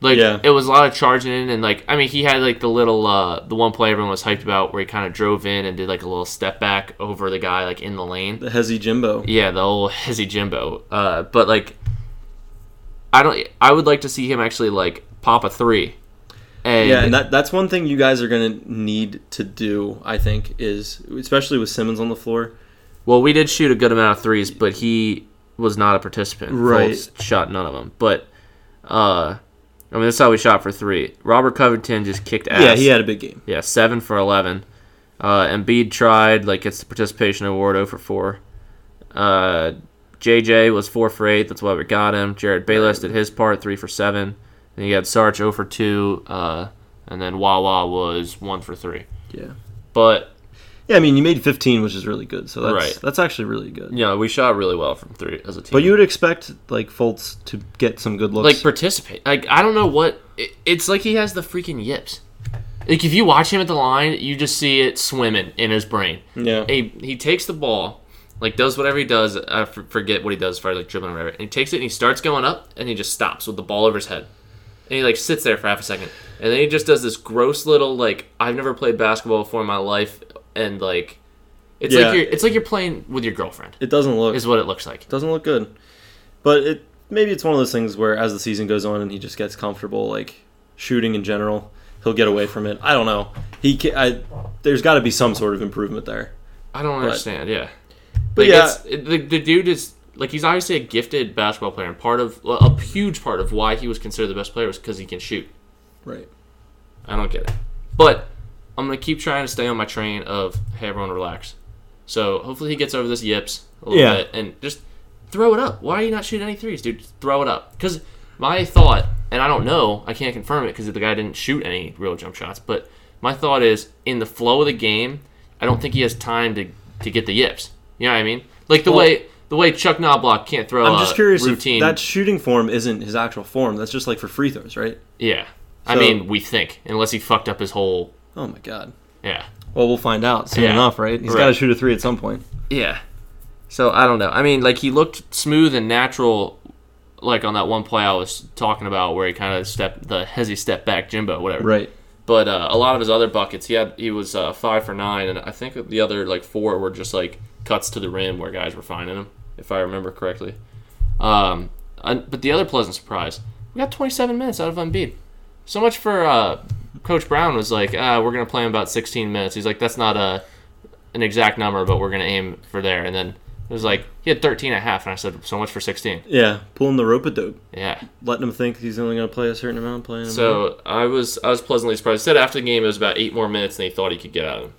Speaker 2: like
Speaker 3: Yeah.
Speaker 2: it was a lot of charging in and like i mean he had like the little uh the one play everyone was hyped about where he kind of drove in and did like a little step back over the guy like in the lane
Speaker 3: The Hezzy Jimbo.
Speaker 2: yeah the old hezzy jimbo uh but like i don't i would like to see him actually like pop a three and
Speaker 3: Yeah, and that, that's one thing you guys are going to need to do, I think, is especially with Simmons on the floor.
Speaker 2: Well, we did shoot a good amount of threes, but he was not a participant.
Speaker 3: Right.
Speaker 2: Fultz shot none of them. But, uh, I mean, that's how we shot for three. Robert Covington just kicked ass.
Speaker 3: Yeah, he had a big game.
Speaker 2: Yeah, seven for 11. Uh, Embiid tried, like, gets the participation award 0 for 4. Uh, JJ was 4 for 8. That's why we got him. Jared Bayless did his part, 3 for 7. Then you had Sarge 0 for 2. Uh, and then Wawa was 1 for 3.
Speaker 3: Yeah.
Speaker 2: But
Speaker 3: Yeah, I mean, you made 15, which is really good. So that's
Speaker 2: Right.
Speaker 3: that's actually really good.
Speaker 2: yeah, we shot really well from three as a team.
Speaker 3: But you would expect like Fultz to get some good looks.
Speaker 2: like participate. Like I don't know what it, it's like. He has the freaking yips. Like if you watch him at the line, you just see it swimming in his brain.
Speaker 3: yeah.
Speaker 2: He he takes the ball, like does whatever he does. I f- forget what he does for like dribbling or whatever. And he takes it and he starts going up and he just stops with the ball over his head. And he like sits there for half a second, and then he just does this gross little like I've never played basketball before in my life, and like it's
Speaker 3: Yeah.
Speaker 2: like you're it's like you're playing with your girlfriend
Speaker 3: It doesn't look
Speaker 2: is what it looks like.
Speaker 3: doesn't look good. But it maybe it's one of those things where as the season goes on and he just gets comfortable, like shooting in general, he'll get away from it. I don't know. He ca I, there's got to be some sort of improvement there.
Speaker 2: I don't understand. yeah,
Speaker 3: But
Speaker 2: like
Speaker 3: yeah.
Speaker 2: it's, it- the, the dude is like he's obviously a gifted basketball player, and part of well, a huge part of why he was considered the best player was because he can shoot.
Speaker 3: Right.
Speaker 2: I don't get it, but I'm gonna keep trying to stay on my train of hey, everyone relax. So hopefully he gets over this yips a little
Speaker 3: Yeah.
Speaker 2: bit and just throw it up. Why are you not shooting any threes, dude? Just throw it up. Because my thought, and I don't know, I can't confirm it because the guy didn't shoot any real jump shots. But my thought is in the flow of the game, I don't think he has time to to get the yips. You know what I mean? Like the
Speaker 3: Well-
Speaker 2: way the way Chuck Knoblock can't throw.
Speaker 3: I'm just curious
Speaker 2: Uh, Routine.
Speaker 3: if that shooting form isn't his actual form. That's just like for free throws, right?
Speaker 2: yeah. I
Speaker 3: So-
Speaker 2: mean, we think unless he fucked up his whole.
Speaker 3: Oh my god.
Speaker 2: Yeah.
Speaker 3: Well, we'll find out soon
Speaker 2: Yeah.
Speaker 3: enough, right? He's
Speaker 2: Right.
Speaker 3: got to shoot a three at some point.
Speaker 2: Yeah. So I don't know. I mean, like he looked smooth and natural, like on that one play I was talking about where he kind of stepped the hezzy step back Jimbo, whatever.
Speaker 3: Right.
Speaker 2: But uh, a lot of his other buckets, he had he was uh, five for nine, and I think the other like four were just like cuts to the rim where guys were finding him, if I remember correctly. Um, and- but the other pleasant surprise, we got 27 minutes out of Embiid. So much for uh, Coach Brown was like, uh, we're gonna play him about 16 minutes. He's like, that's not a an exact number, but we're gonna aim for there. And then it was like he had 13 and a half, and I said, so much for 16.
Speaker 3: Yeah, pulling the rope a dope,
Speaker 2: Yeah.
Speaker 3: letting him think he's only going to play a certain amount, playing. him.
Speaker 2: So I was I was pleasantly surprised. He said after the game it was about eight more minutes than he thought he could get out of him.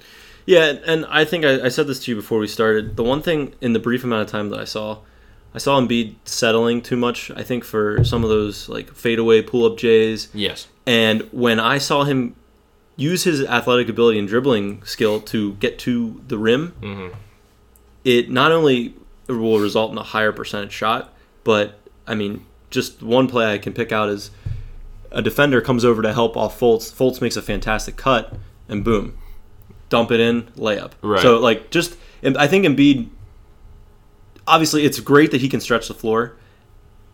Speaker 3: Yeah, and- and I think I, I said this to you before we started. The one thing in the brief amount of time that I saw, I saw Embiid settling too much. I think for some of those like fadeaway pull up J's,
Speaker 2: Yes.
Speaker 3: and when I saw him use his athletic ability and dribbling skill to get to the rim, it not only will result in a higher percentage shot, but I mean, just one play I can pick out is a defender comes over to help off Fultz. Fultz makes a fantastic cut, and boom, dump it in, layup.
Speaker 2: Right.
Speaker 3: So like, just and I think Embiid. Obviously, it's great that he can stretch the floor,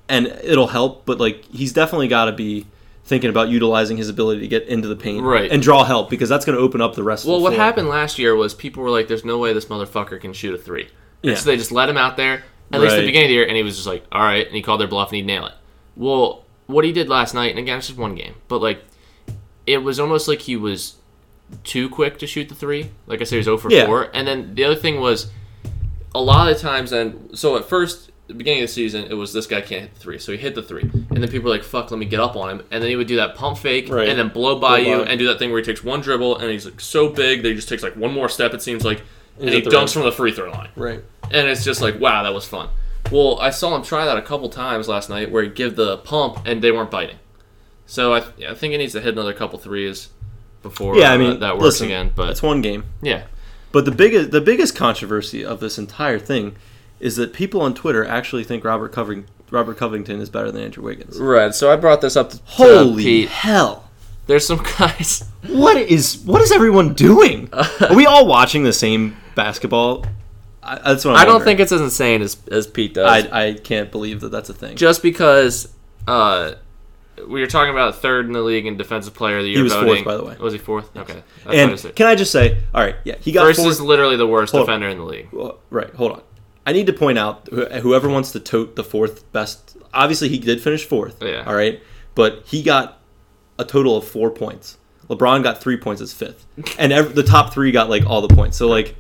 Speaker 3: and it'll help. But like, he's definitely got to be thinking about utilizing his ability to get into the paint
Speaker 2: Right.
Speaker 3: and draw help because that's going to open up the rest.
Speaker 2: Well,
Speaker 3: of the
Speaker 2: what
Speaker 3: floor.
Speaker 2: happened last year was people were like, "There's no way this motherfucker can shoot a three.
Speaker 3: Yeah.
Speaker 2: And so they just let him out there. At least at
Speaker 3: Right.
Speaker 2: the beginning of the year, and he was just like, "All right," and he called their bluff and he'd nail it. Well, what he did last night, and again, it's just one game, but like, it was almost like he was too quick to shoot the three. Like I said, he was 0 for
Speaker 3: Yeah.
Speaker 2: 4. And then the other thing was, a lot of the times, and so at first, the beginning of the season, it was this guy can't hit the three, so he hit the three, and then people were like, "Fuck, let me get up on him," and then he would do that pump fake,
Speaker 3: Right.
Speaker 2: and then blow by
Speaker 3: Blow
Speaker 2: you,
Speaker 3: by.
Speaker 2: and do that thing where he takes one dribble, and he's like so big that he just takes like one more step, it seems like, and
Speaker 3: He's
Speaker 2: he
Speaker 3: at the
Speaker 2: dunks
Speaker 3: rim.
Speaker 2: from the free throw line
Speaker 3: Right.
Speaker 2: and it's just like wow that was fun well i saw him try that a couple times last night where he'd give the pump and they weren't biting so i, I think he needs to hit another couple threes before
Speaker 3: Yeah, I
Speaker 2: uh,
Speaker 3: mean
Speaker 2: that works
Speaker 3: listen,
Speaker 2: again but
Speaker 3: it's one game.
Speaker 2: yeah
Speaker 3: But the biggest the biggest controversy of this entire thing is that people on Twitter actually think Robert Coving Robert Covington is better than Andrew Wiggins.
Speaker 2: right so i brought this up to
Speaker 3: Holy hell!
Speaker 2: there's some guys
Speaker 3: What is what is everyone doing? Are we all watching the same basketball? I, that's what I'm
Speaker 2: i don't
Speaker 3: wondering.
Speaker 2: think it's as insane as, as pete does
Speaker 3: I, I can't believe that that's a thing.
Speaker 2: just because uh, we were talking about third in the league in defensive player of the year
Speaker 3: was fourth,
Speaker 2: voting.
Speaker 3: by the way.
Speaker 2: was he fourth okay That's what I
Speaker 3: and
Speaker 2: said.
Speaker 3: can I just say, all right, yeah, he got
Speaker 2: First
Speaker 3: four-
Speaker 2: is literally the worst
Speaker 3: Hold on.
Speaker 2: defender in the league.
Speaker 3: Well, right, hold on. I need to point out wh- whoever wants to tote the fourth best. Obviously, he did finish fourth.
Speaker 2: Yeah.
Speaker 3: All right, but he got a total of four points. LeBron got three points as fifth, and ev- the top three got like all the points. So like,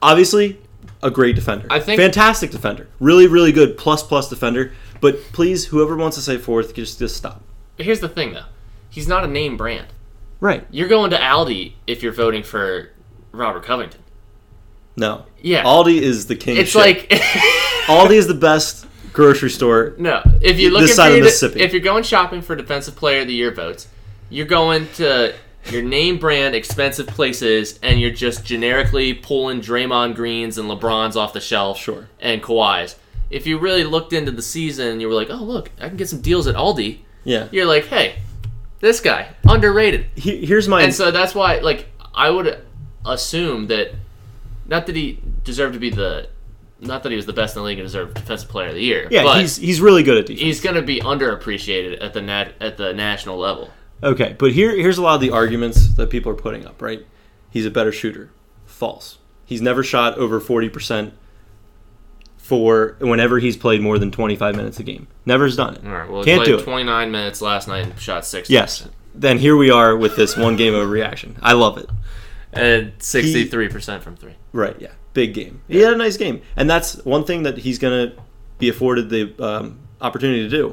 Speaker 3: obviously, a great defender.
Speaker 2: I think-
Speaker 3: fantastic defender, really really good plus plus defender. But please, whoever wants to say fourth, just just stop.
Speaker 2: Here's the thing, though. He's not a name brand.
Speaker 3: Right.
Speaker 2: You're going to Aldi if you're voting for Robert Covington.
Speaker 3: No.
Speaker 2: Yeah.
Speaker 3: Aldi is the king. of
Speaker 2: It's
Speaker 3: shit.
Speaker 2: like
Speaker 3: Aldi is the best grocery store.
Speaker 2: no. If you're looking
Speaker 3: This side
Speaker 2: for
Speaker 3: of
Speaker 2: your de-
Speaker 3: Mississippi.
Speaker 2: if you're going shopping for defensive player of the year votes, you're going to your name brand expensive places and you're just generically pulling Draymond Greens and LeBrons off the shelf
Speaker 3: Sure.
Speaker 2: and Kawhis. If you really looked into the season and you were like, "Oh, look, I can get some deals at Aldi."
Speaker 3: Yeah.
Speaker 2: You're like, "Hey, this guy underrated."
Speaker 3: He- here's my
Speaker 2: and so that's why like i would assume that not that he deserved to be the not that he was the best in the league and deserved defensive player of the year
Speaker 3: Yeah,
Speaker 2: but
Speaker 3: he's he's really good at defense.
Speaker 2: he's going to be underappreciated at the nat- at the national level
Speaker 3: Okay, but here here's a lot of the arguments that people are putting up, right? He's a better shooter. False. He's never shot over 40% for whenever he's played more than 25 minutes a game. Never's done it.
Speaker 2: all right well he
Speaker 3: Can't
Speaker 2: played
Speaker 3: do it.
Speaker 2: 29 minutes last night and shot 60
Speaker 3: Yes. Then here we are with this one game overreaction. I love it.
Speaker 2: and 63% from three
Speaker 3: Right, yeah. Big game. He had a nice game. And that's one thing that he's going to be afforded the um, opportunity to do.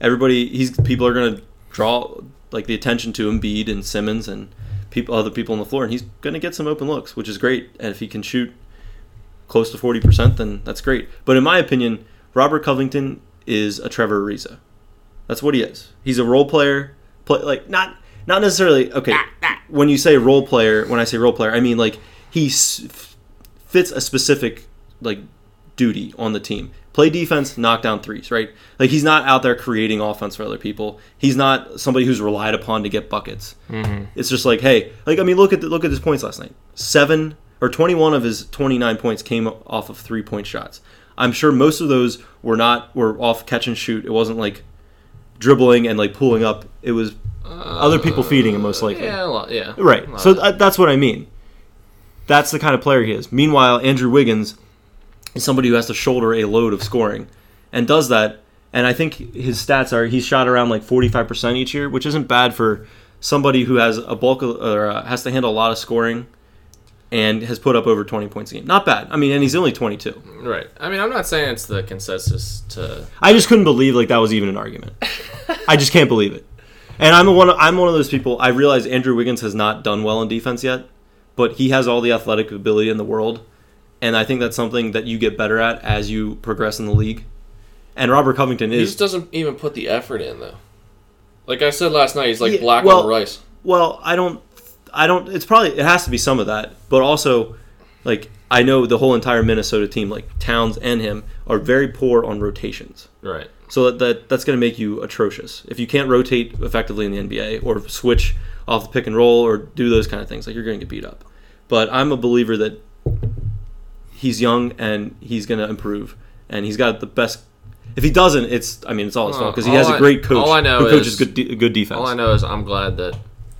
Speaker 3: Everybody, he's people are going to draw like the attention to Embiid and Simmons and people, other people on the floor, and he's going to get some open looks, which is great. And if he can shoot close to forty percent, then that's great. But in my opinion, Robert Covington is a Trevor Ariza. That's what he is. He's a role player, play, like not not necessarily okay. When you say role player, when I say role player, I mean like he s- fits a specific like duty on the team. Play defense, knock down threes, right? Like he's not out there creating offense for other people. He's not somebody who's relied upon to get buckets. It's just like, hey, like I mean, look at the, look at his points last night: seven or 21 of his 29 points came off of three point shots. I'm sure most of those were not were off catch and shoot. It wasn't like dribbling and like pulling up. It was other people feeding him most likely.
Speaker 2: Yeah, a lot, yeah.
Speaker 3: Right.
Speaker 2: A lot
Speaker 3: So
Speaker 2: of-
Speaker 3: th- that's what I mean. That's the kind of player he is. Meanwhile, Andrew Wiggins is somebody who has to shoulder a load of scoring and does that. And I think his stats are he's shot around like 45% each year, which isn't bad for somebody who has a bulk of, or uh, has to handle a lot of scoring and has put up over 20 points a game. Not bad. I mean, and he's only 22.
Speaker 2: right. I mean, I'm not saying it's the consensus to
Speaker 3: I just couldn't believe like that was even an argument. I just can't believe it. And I'm one. I'm one of those people. I realize Andrew Wiggins has not done well in defense yet, but he has all the athletic ability in the world, and I think that's something that you get better at as you progress in the league. And Robert Covington
Speaker 2: He
Speaker 3: is
Speaker 2: just doesn't even put the effort in though. Like I said last night, he's like
Speaker 3: Yeah,
Speaker 2: black
Speaker 3: well-
Speaker 2: on rice.
Speaker 3: well. I don't. I don't. It's probably it has to be some of that, but also like I know the whole entire Minnesota team, like Towns and him, are very poor on rotations.
Speaker 2: Right.
Speaker 3: So that, that that's going to make you atrocious if you can't rotate effectively in the NBA or switch off the pick and roll or do those kind of things. Like you're going to get beat up. But I'm a believer that he's young and he's going to improve and he's got the best. If he doesn't, it's I mean it's all his fault because he
Speaker 2: All
Speaker 3: has
Speaker 2: I-
Speaker 3: a great coach
Speaker 2: all I know
Speaker 3: who coaches
Speaker 2: is-
Speaker 3: good de- good defense.
Speaker 2: All I know is I'm glad that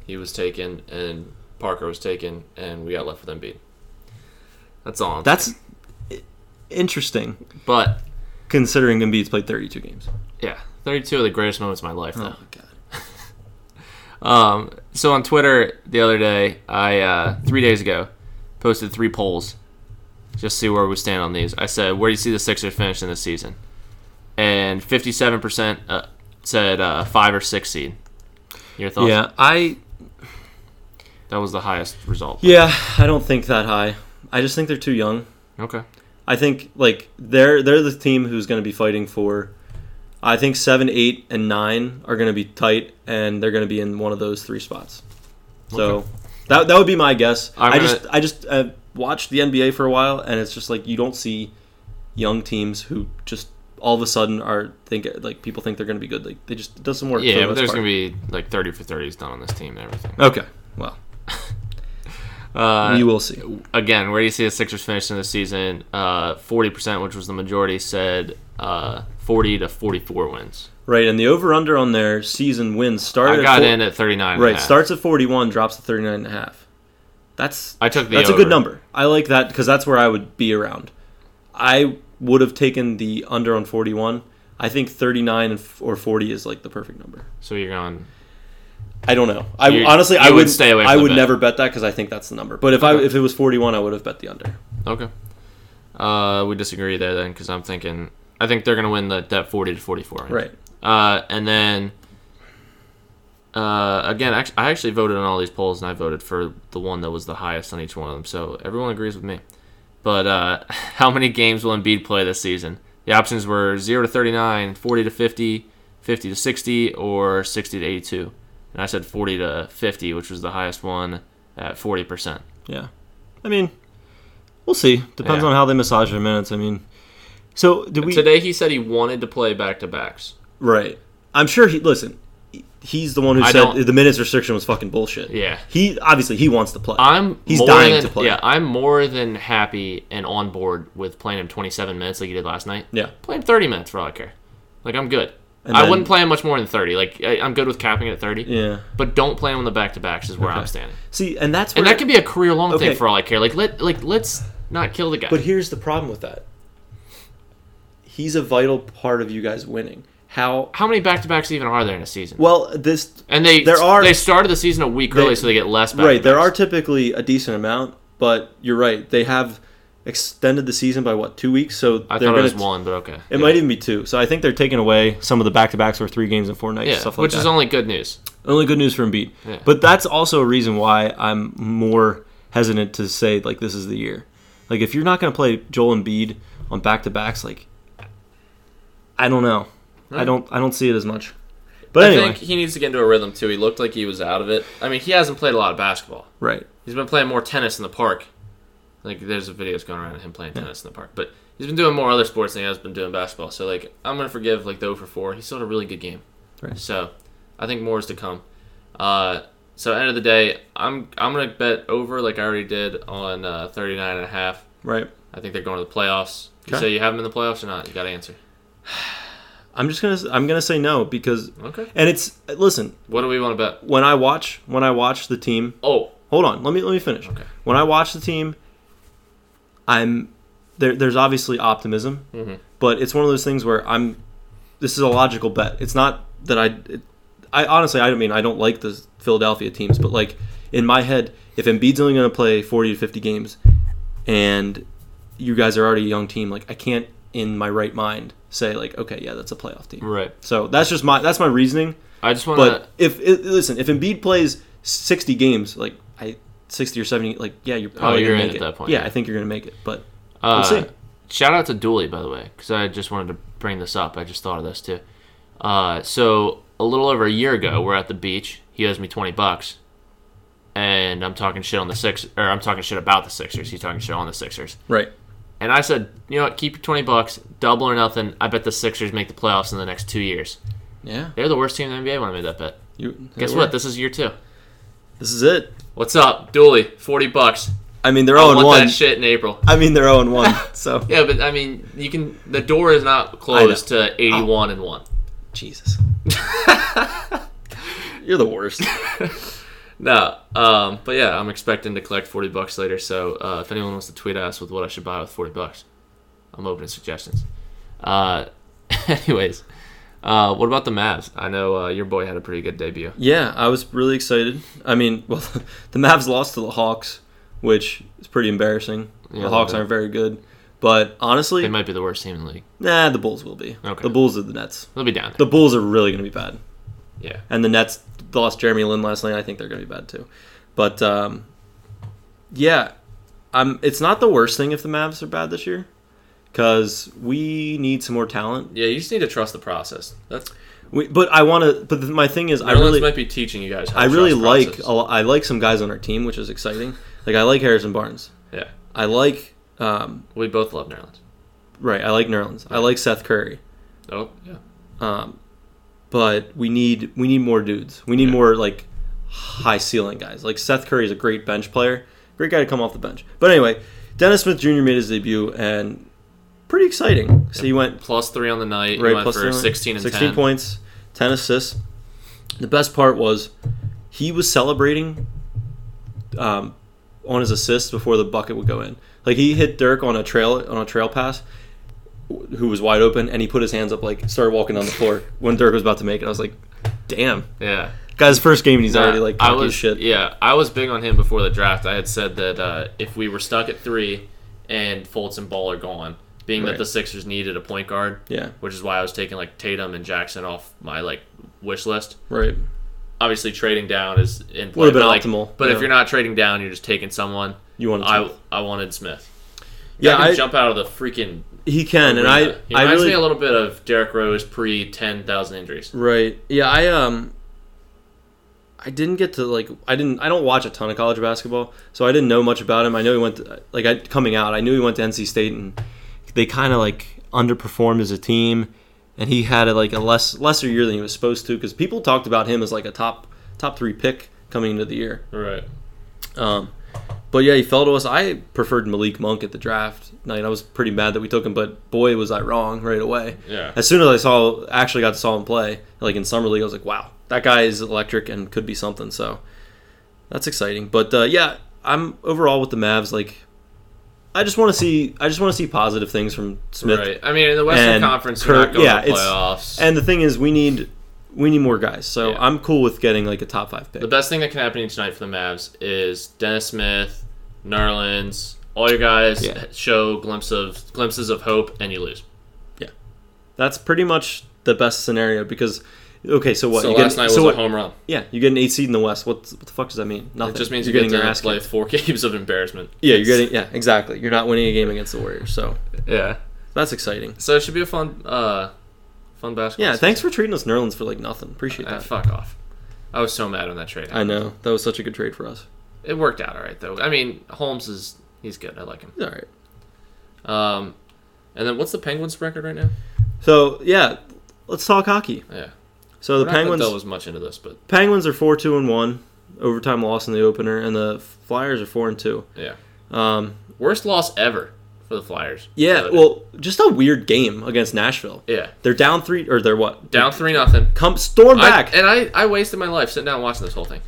Speaker 2: he was taken and Parker was taken and we got left with Embiid. That's all. I'm
Speaker 3: That's i- interesting
Speaker 2: saying. but
Speaker 3: considering Embiid's played 32 games.
Speaker 2: yeah, 32 of the greatest moments of my life. Though.
Speaker 3: Oh god.
Speaker 2: Um, so on Twitter the other day, I uh, three days ago, posted three polls. Just see where we stand on these. I said, "Where do you see the Sixers finishing this season?" And fifty-seven percent uh, said uh, five or six seed. Your thoughts?
Speaker 3: Yeah, I
Speaker 2: that was the highest result.
Speaker 3: yeah I don't think that high. I just think they're too young.
Speaker 2: Okay.
Speaker 3: I think like they're they're the team who's going to be fighting for. I think seven, eight, and nine are going to be tight, and they're going to be in one of those three spots. So
Speaker 2: Okay.
Speaker 3: that that would be my guess.
Speaker 2: I'm
Speaker 3: I
Speaker 2: gonna-
Speaker 3: just I just uh, watched the NBA for a while, and it's just like you don't see young teams who just all of a sudden are think like people think they're going to be good. Like they just it doesn't work.
Speaker 2: Yeah, but there's gonna be like thirty for thirties done on this team and everything.
Speaker 3: okay. Well,
Speaker 2: Uh,
Speaker 3: we will see.
Speaker 2: again, where do you see the Sixers finishing this season? Uh, Forty percent, which was the majority, said uh, forty to forty-four wins.
Speaker 3: Right, and the over under on their season wins started.
Speaker 2: I
Speaker 3: at
Speaker 2: got
Speaker 3: four-
Speaker 2: in at thirty-nine. and a
Speaker 3: Right,
Speaker 2: half.
Speaker 3: starts at 41, drops to 39 and a half. That's
Speaker 2: I took the
Speaker 3: That's a
Speaker 2: over.
Speaker 3: good number. I like that because that's where I would be around. I would have taken the under on 41. I think 39 and f- or 40 is like the perfect number.
Speaker 2: So you're going.
Speaker 3: I don't know. I
Speaker 2: You-
Speaker 3: honestly
Speaker 2: you
Speaker 3: I
Speaker 2: would
Speaker 3: would
Speaker 2: stay away from
Speaker 3: I
Speaker 2: the
Speaker 3: would
Speaker 2: bet.
Speaker 3: never bet that cuz I think that's the number. But if I
Speaker 2: Okay.
Speaker 3: if it was 41, I would have bet the under.
Speaker 2: Okay. Uh, we disagree there then, because I'm thinking I think they're gonna win the that 40 to 44. range.
Speaker 3: Right.
Speaker 2: Uh, and then. Uh, again, act- I actually voted on all these polls, and I voted for the one that was the highest on each one of them. So everyone agrees with me. But uh, how many games will Embiid play this season? The options were 0 to 39, 40 to 50, 50 to 60, or 60 to 82. And I said 40 to 50, which was the highest one at 40%.
Speaker 3: Yeah. I mean, we'll see. Depends
Speaker 2: Yeah.
Speaker 3: on how they massage their minutes. I mean, so did we
Speaker 2: Today he said he wanted to play back to backs.
Speaker 3: Right. I'm sure he listen. he- He's the one who
Speaker 2: I
Speaker 3: said
Speaker 2: don't-
Speaker 3: the minutes restriction was fucking bullshit.
Speaker 2: Yeah.
Speaker 3: He obviously he wants to play.
Speaker 2: I'm
Speaker 3: He's
Speaker 2: more
Speaker 3: dying
Speaker 2: than-
Speaker 3: to play.
Speaker 2: Yeah, I'm more than happy and on board with playing him 27 minutes like he did last night.
Speaker 3: yeah.
Speaker 2: Play him 30 minutes for all I care. Like I'm good.
Speaker 3: And
Speaker 2: I
Speaker 3: then-
Speaker 2: wouldn't play him much more than 30. Like I, I'm good with capping it at 30.
Speaker 3: Yeah.
Speaker 2: But don't play him on the back to backs is where I'm
Speaker 3: Okay.
Speaker 2: standing.
Speaker 3: See, and that's where
Speaker 2: And that could be a career long
Speaker 3: Okay.
Speaker 2: thing for all I care. Like let like let's not kill the guy.
Speaker 3: But here's the problem with that. He's a vital part of you guys winning. How
Speaker 2: How many back to backs even are there in a season?
Speaker 3: well this
Speaker 2: and they
Speaker 3: there are-
Speaker 2: they started the season a week early, so they get less. Back
Speaker 3: right, there are typically a decent amount, but you're right. They have extended the season by what, 2 weeks, so
Speaker 2: I
Speaker 3: they're
Speaker 2: thought it
Speaker 3: gonna
Speaker 2: was
Speaker 3: t-
Speaker 2: one, but okay.
Speaker 3: It might even be 2. So I think they're taking away some of the back-to-backs or 3 games and 4 nights
Speaker 2: yeah,
Speaker 3: stuff like
Speaker 2: which
Speaker 3: that.
Speaker 2: is only good news.
Speaker 3: Only good news for Embiid.
Speaker 2: Yeah.
Speaker 3: But that's also a reason why I'm more hesitant to say like this is the year. Like if you're not going to play Joel Embiid on back to backs, like I don't know. I don't. I don't see it as much. But
Speaker 2: I
Speaker 3: anyway,
Speaker 2: think he needs to get into a rhythm too. He looked like he was out of it. I mean, he hasn't played a lot of basketball.
Speaker 3: right.
Speaker 2: He's been playing more tennis in the park. Like there's a videos going around of him playing tennis in the park, but he's been doing more other sports than he has been doing basketball. So like oh I'm gonna forgive like the 0 for 4. He still had a really good game.
Speaker 3: Right.
Speaker 2: So I think more is to come. Uh, So end of the day, I'm I'm gonna bet over like I already did on uh, 39 and a half.
Speaker 3: Right.
Speaker 2: I think they're going to the playoffs. You
Speaker 3: Okay.
Speaker 2: say you have them in the playoffs or not? You got to answer.
Speaker 3: I'm just gonna s- I'm gonna say no because
Speaker 2: Okay.
Speaker 3: and it's listen
Speaker 2: What do we want to bet?
Speaker 3: when I watch when I watch the team
Speaker 2: Oh,
Speaker 3: hold on let me let me finish
Speaker 2: Okay.
Speaker 3: when I watch the team I'm there there's obviously optimism
Speaker 2: Mm-hmm.
Speaker 3: but it's one of those things where I'm this is a logical bet it's not that I it, I honestly I don't mean I don't like the Philadelphia teams but like in my head if Embiid's only gonna play 40 to 50 games and you guys are already a young team like I can't in my right mind say like okay yeah that's a playoff team
Speaker 2: right.
Speaker 3: So that's just my that's my reasoning.
Speaker 2: I just want
Speaker 3: But
Speaker 2: to.
Speaker 3: if it, listen, if Embiid plays sixty games, like I sixty or seventy, like yeah, you're probably
Speaker 2: Oh, you're
Speaker 3: gonna
Speaker 2: in
Speaker 3: make
Speaker 2: at
Speaker 3: it.
Speaker 2: that point,
Speaker 3: Yeah,
Speaker 2: yeah.
Speaker 3: I think you're gonna make it. But
Speaker 2: Uh,
Speaker 3: we'll see.
Speaker 2: Shout out to Dooley, by the way, because I just wanted to bring this up. I just thought of this too. Uh, so a little over a year ago, we're at the beach. He owes me twenty bucks, and I'm talking shit on the six, or I'm talking shit about the Sixers. He's talking shit on the Sixers,
Speaker 3: right,
Speaker 2: and I said, you know what? Keep your twenty bucks, double or nothing. I bet the Sixers make the playoffs in the next two years.
Speaker 3: yeah.
Speaker 2: They're the worst team in the NBA when I made that bet.
Speaker 3: You,
Speaker 2: Guess what? This is year two.
Speaker 3: This is it.
Speaker 2: What's up, Dooley? Forty bucks.
Speaker 3: I mean, they're
Speaker 2: I
Speaker 3: zero
Speaker 2: want
Speaker 3: Oh, and one.
Speaker 2: that shit in April.
Speaker 3: I mean, they're zero and one. So
Speaker 2: Yeah, but I mean, you can. The door is not closed to eighty-one and one.
Speaker 3: Jesus, you're the worst.
Speaker 2: No, um, but yeah, I'm expecting to collect forty bucks later. So uh, if anyone wants to tweet us with what I should buy with forty bucks, I'm open to suggestions. Uh, anyways, uh, what about the Mavs? I know uh, your boy had a pretty good debut.
Speaker 3: Yeah, I was really excited. I mean, well, the Mavs lost to the Hawks, which is pretty embarrassing.
Speaker 2: Yeah, a
Speaker 3: the Hawks
Speaker 2: little bit.
Speaker 3: aren't very good, but honestly,
Speaker 2: They might be the worst team in the league.
Speaker 3: nah, the Bulls will be.
Speaker 2: Okay.
Speaker 3: The Bulls are the Nets.
Speaker 2: They'll be down
Speaker 3: The
Speaker 2: there.
Speaker 3: Bulls are really going to be bad.
Speaker 2: Yeah.
Speaker 3: And the Nets lost Jeremy Lin last night. I think they're going to be bad too. But um, yeah, i It's not the worst thing if the Mavs are bad this year, because we need some more talent.
Speaker 2: Yeah, you just need to trust the process. That's
Speaker 3: We, but I want to. But my thing is, I
Speaker 2: Nerlens
Speaker 3: really,
Speaker 2: might be teaching you guys. How
Speaker 3: I
Speaker 2: to
Speaker 3: really
Speaker 2: trust
Speaker 3: like.
Speaker 2: process.
Speaker 3: A, lo- I like some guys on our team, which is exciting. Like I like Harrison Barnes.
Speaker 2: Yeah,
Speaker 3: I like. Um,
Speaker 2: we both love Nerlens.
Speaker 3: right. I like Nerlens. I like Seth Curry.
Speaker 2: Oh yeah.
Speaker 3: Um, but we need we need more dudes. We need
Speaker 2: Yeah.
Speaker 3: more like high ceiling guys. Like Seth Curry is a great bench player, great guy to come off the bench. But anyway, Dennis Smith Jr. made his debut and pretty exciting. So he went
Speaker 2: Plus three on the night. He
Speaker 3: right
Speaker 2: went
Speaker 3: plus
Speaker 2: for
Speaker 3: three-
Speaker 2: sixteen and 10.
Speaker 3: points, ten assists. The best part was he was celebrating um, on his assists before the bucket would go in. Like he hit Dirk on a trail on a trail pass, wh- who was wide open, and he put his hands up like started walking down the floor when Dirk was about to make it. I was like, "Damn,
Speaker 2: Yeah.
Speaker 3: guy's first game and he's already
Speaker 2: Nah,
Speaker 3: like
Speaker 2: I
Speaker 3: cocky
Speaker 2: was
Speaker 3: as shit."
Speaker 2: yeah I was big on him before the draft. I had said that uh, if we were stuck at three and Fultz and Ball are gone, being that
Speaker 3: Right.
Speaker 2: the Sixers needed a point guard,
Speaker 3: Yeah,
Speaker 2: which is why I was taking like Tatum and Jackson off my like wish list.
Speaker 3: right.
Speaker 2: Obviously, trading down is in play,
Speaker 3: Would've been
Speaker 2: but, like,
Speaker 3: optimal,
Speaker 2: But
Speaker 3: yeah.
Speaker 2: if you're not trading down, you're just taking someone.
Speaker 3: You want
Speaker 2: I
Speaker 3: to?
Speaker 2: I wanted Smith.
Speaker 3: Yeah,
Speaker 2: I
Speaker 3: I,
Speaker 2: can jump out of the freaking.
Speaker 3: he can, and
Speaker 2: arena.
Speaker 3: I
Speaker 2: he
Speaker 3: I
Speaker 2: reminds
Speaker 3: really Mm.
Speaker 2: me a little bit of Derrick Rose pre ten thousand injuries.
Speaker 3: Right. Yeah, I um I didn't get to like I didn't I don't watch a ton of college basketball, so I didn't know much about him. I know he went to, like I coming out, I knew he went to NC State and they kind of like underperformed as a team and he had a, like a less lesser year than he was supposed to cuz people talked about him as like a top top 3 pick coming into the year.
Speaker 2: Right.
Speaker 3: Um but yeah, he fell to us. I preferred Malik Monk at the draft night. I was pretty mad that we took him, but boy was I wrong right away
Speaker 2: Yeah.
Speaker 3: as soon as I saw actually got to saw him play, like in summer league, I was like, wow, that guy is electric and could be something. So that's exciting. But uh, yeah, I'm overall with the Mavs. Like, I just want to see, I just want to see positive things from Smith.
Speaker 2: Right. I mean, in the Western
Speaker 3: and
Speaker 2: Conference,
Speaker 3: Kerr-
Speaker 2: you're not going
Speaker 3: yeah,
Speaker 2: to the
Speaker 3: it's-
Speaker 2: playoffs.
Speaker 3: And the thing is, we need, we need more guys. So
Speaker 2: Yeah.
Speaker 3: I'm cool with getting like a top five pick.
Speaker 2: the best thing that can happen each night for the Mavs is Dennis Smith, Nerlens, all your guys
Speaker 3: Yeah.
Speaker 2: show glimpses of glimpses of hope, and you lose.
Speaker 3: That's pretty much the best scenario because, okay, so what?
Speaker 2: so
Speaker 3: you get-
Speaker 2: last night was
Speaker 3: so
Speaker 2: a
Speaker 3: what-
Speaker 2: home run.
Speaker 3: Yeah, you get an eight seed in the West. What, what the fuck does that mean? Nothing.
Speaker 2: It just means
Speaker 3: You're
Speaker 2: you get to
Speaker 3: ass
Speaker 2: play
Speaker 3: kicked.
Speaker 2: four games of embarrassment.
Speaker 3: Yeah, you're getting. Yeah, exactly. You're not winning a game against the Warriors, so
Speaker 2: Yeah.
Speaker 3: that's exciting.
Speaker 2: So it should be a fun, uh, fun basketball.
Speaker 3: Yeah,
Speaker 2: season.
Speaker 3: thanks for treating us Nerlens for like nothing. Appreciate
Speaker 2: Ah,
Speaker 3: that.
Speaker 2: fuck off. I was so mad on that trade.
Speaker 3: I know that was such a good trade for us.
Speaker 2: It worked out all right though. I mean, Holmes is he's good. I like him.
Speaker 3: All right.
Speaker 2: Um, and then what's the Penguins record right now?
Speaker 3: So yeah, let's talk hockey.
Speaker 2: Yeah.
Speaker 3: So the
Speaker 2: Penguins
Speaker 3: Penguins,
Speaker 2: that was much into this, but
Speaker 3: Penguins are four two and one. overtime loss in the opener, and the Flyers are four and two.
Speaker 2: Yeah.
Speaker 3: Um,
Speaker 2: Worst loss ever for the Flyers.
Speaker 3: yeah, well, just a weird game against Nashville.
Speaker 2: Yeah.
Speaker 3: They're down three, or they're what?
Speaker 2: Down three nothing.
Speaker 3: Come storm back.
Speaker 2: I, and I, I wasted my life sitting down watching this whole thing.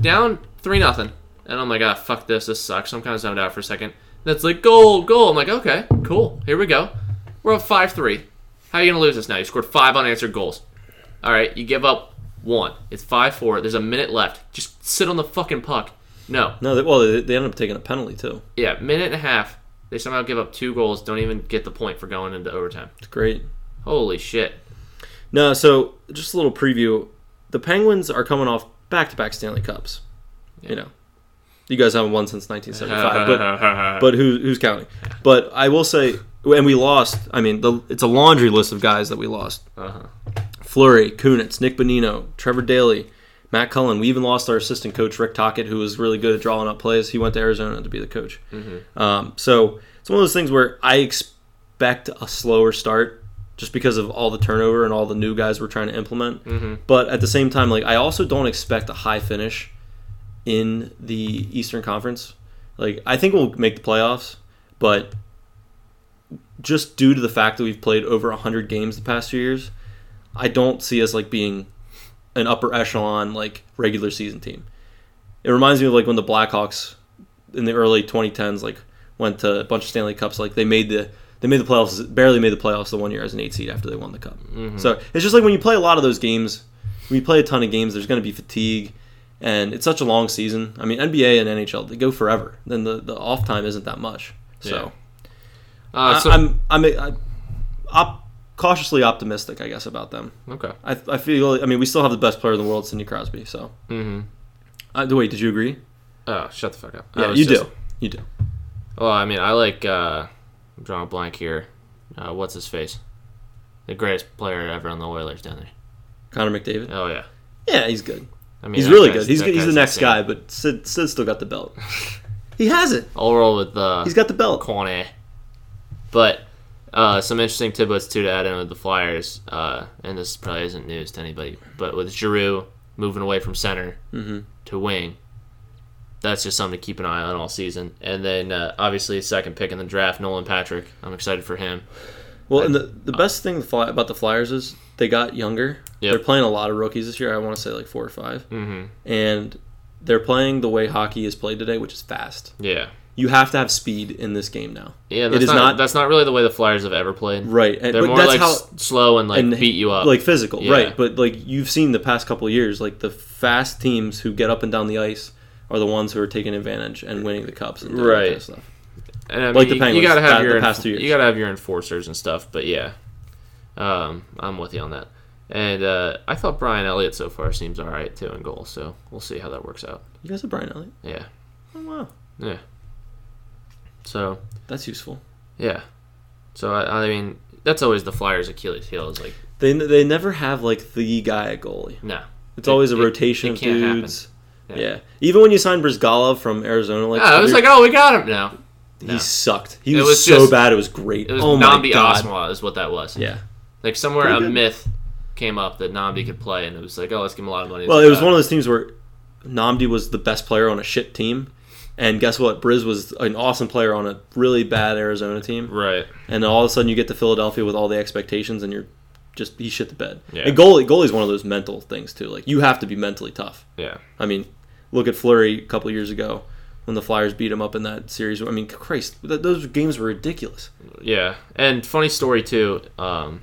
Speaker 2: Down three nothing, and I'm like, ah, fuck this, this sucks. I'm kind of zoned out for a second. That's like goal, goal. I'm like, okay, cool, here we go. We're up five three. How are you gonna lose this now? You scored five unanswered goals. All right, you give up one. It's five four. There's a minute left. Just sit on the fucking puck. No,
Speaker 3: no, they, well, they, they ended up taking a penalty too.
Speaker 2: yeah, minute and a half. They somehow give up two goals. Don't even get the point for going into overtime.
Speaker 3: It's great.
Speaker 2: Holy shit.
Speaker 3: No, so just a little preview. The Penguins are coming off back-to-back Stanley Cups. You know, you guys haven't won since 1975, Uh, but
Speaker 2: Uh,
Speaker 3: but who, who's counting? But I will say, and we lost. I mean, the, it's a laundry list of guys that we lost:
Speaker 2: Uh-huh.
Speaker 3: Flurry, Kunitz, Nick Bonino, Trevor Daly, Matt Cullen. We even lost our assistant coach Rick Tockett, who was really good at drawing up plays. He went to Arizona to be the coach. Um, so it's one of those things where I expect a slower start just because of all the turnover and all the new guys we're trying to implement. But at the same time, like I also don't expect a high finish in the Eastern Conference. Like I think we'll make the playoffs, but just due to the fact that we've played over 100 games the past few years, I don't see us like being an upper echelon like regular season team. It reminds me of like when the Blackhawks in the early 2010s like went to a bunch of Stanley Cups like they made the they made the playoffs barely made the playoffs the one year as an 8 seed after they won the cup. So it's just like when you play a lot of those games, when you play a ton of games there's going to be fatigue and it's such a long season. I mean NBA and NHL they go forever. Then the the off time isn't that much. So
Speaker 2: Uh,
Speaker 3: I,
Speaker 2: so,
Speaker 3: I'm I'm, I'm op- cautiously optimistic I guess about them.
Speaker 2: okay.
Speaker 3: I, I feel. I mean, we still have the best player in the world, Sidney Crosby. So. Mm-hmm. Uh, wait, did you agree?
Speaker 2: Oh, shut the fuck up. I
Speaker 3: Yeah,
Speaker 2: was
Speaker 3: you
Speaker 2: just-
Speaker 3: do. You do.
Speaker 2: Well, I mean, I like. Uh, I'm drawing a blank here. Uh, what's his face? The greatest player ever on the Oilers down there.
Speaker 3: Connor McDavid.
Speaker 2: Oh yeah.
Speaker 3: Yeah, he's good.
Speaker 2: I mean,
Speaker 3: He's
Speaker 2: that
Speaker 3: really
Speaker 2: guy's-
Speaker 3: good. He's
Speaker 2: that
Speaker 3: good. he's the
Speaker 2: guy's
Speaker 3: next
Speaker 2: insane.
Speaker 3: guy, but Sid, Sid's still got the belt. he has it.
Speaker 2: I'll roll with uh,
Speaker 3: He's got the belt.
Speaker 2: Corny. But uh, some interesting tidbits too to add in with the Flyers. Uh, and this probably isn't news to anybody, but with Giroux moving away from center
Speaker 3: Mm-hmm.
Speaker 2: to wing, that's just something to keep an eye on all season. And then uh, obviously second pick in the draft, Nolan Patrick. I'm excited for him.
Speaker 3: Well, and the, the best thing the Fly, about the Flyers is they got younger.
Speaker 2: Yep.
Speaker 3: They're playing a lot of rookies this year. I want to say like four or 5
Speaker 2: Mhm.
Speaker 3: and they're playing the way hockey is played today, which is fast.
Speaker 2: Yeah.
Speaker 3: You have to have speed in this game now.
Speaker 2: Yeah,
Speaker 3: It
Speaker 2: that's
Speaker 3: is
Speaker 2: not,
Speaker 3: not-
Speaker 2: that's not really the way the Flyers have ever played.
Speaker 3: Right, and,
Speaker 2: They're
Speaker 3: but
Speaker 2: more
Speaker 3: that's
Speaker 2: like
Speaker 3: how
Speaker 2: s- slow and like beat you up.
Speaker 3: like physical,
Speaker 2: Yeah.
Speaker 3: right? But like you've seen the past couple of years, like the fast teams who get up and down the ice are the ones who are taking advantage and winning the cups, and doing that
Speaker 2: Right.
Speaker 3: kind of stuff.
Speaker 2: and, I mean,
Speaker 3: like
Speaker 2: you-
Speaker 3: the
Speaker 2: you,
Speaker 3: Penguins
Speaker 2: gotta have
Speaker 3: the
Speaker 2: your
Speaker 3: past two years.
Speaker 2: you gotta have your enforcers and stuff. But yeah, um, I'm with you on that. And uh, I thought Brian Elliott so far seems all right too in goal. So we'll see how that works out.
Speaker 3: You guys have Brian Elliott.
Speaker 2: Yeah,
Speaker 3: Oh wow,
Speaker 2: yeah. So
Speaker 3: that's useful.
Speaker 2: yeah, so I, I mean that's always the Flyers' Achilles heel is like
Speaker 3: They they never have like the guy at goalie.
Speaker 2: no.
Speaker 3: It's always a
Speaker 2: it-
Speaker 3: rotation
Speaker 2: it
Speaker 3: of
Speaker 2: can't happen.
Speaker 3: dudes.
Speaker 2: Yeah.
Speaker 3: Yeah. even when you signed Brizgalov from Arizona, like
Speaker 2: Ah, I was like, oh, we got him now.
Speaker 3: he
Speaker 2: no.
Speaker 3: sucked. He
Speaker 2: It
Speaker 3: was,
Speaker 2: was
Speaker 3: so
Speaker 2: just-
Speaker 3: bad, it was great.
Speaker 2: It was
Speaker 3: oh my
Speaker 2: Nambi
Speaker 3: god,
Speaker 2: Asmwa is what that was.
Speaker 3: yeah.
Speaker 2: Like somewhere
Speaker 3: Pretty
Speaker 2: a
Speaker 3: good.
Speaker 2: myth came up that Nambi could play, and it was like, oh, let's give him a lot of money.
Speaker 3: Well, it was one of those teams where Namdi was the best player on a shit team, and guess what? Briz was an awesome player on a really bad Arizona team,
Speaker 2: right.
Speaker 3: and all of a sudden you get to Philadelphia with all the expectations, and you're just he shit the bed.
Speaker 2: Yeah.
Speaker 3: And goalie goalie's one of those mental things too. Like you have to be mentally tough.
Speaker 2: Yeah.
Speaker 3: I mean, look at Flurry a couple years ago when the Flyers beat him up in that series. I mean, Christ, th- those games were ridiculous.
Speaker 2: Yeah, and funny story too. Um,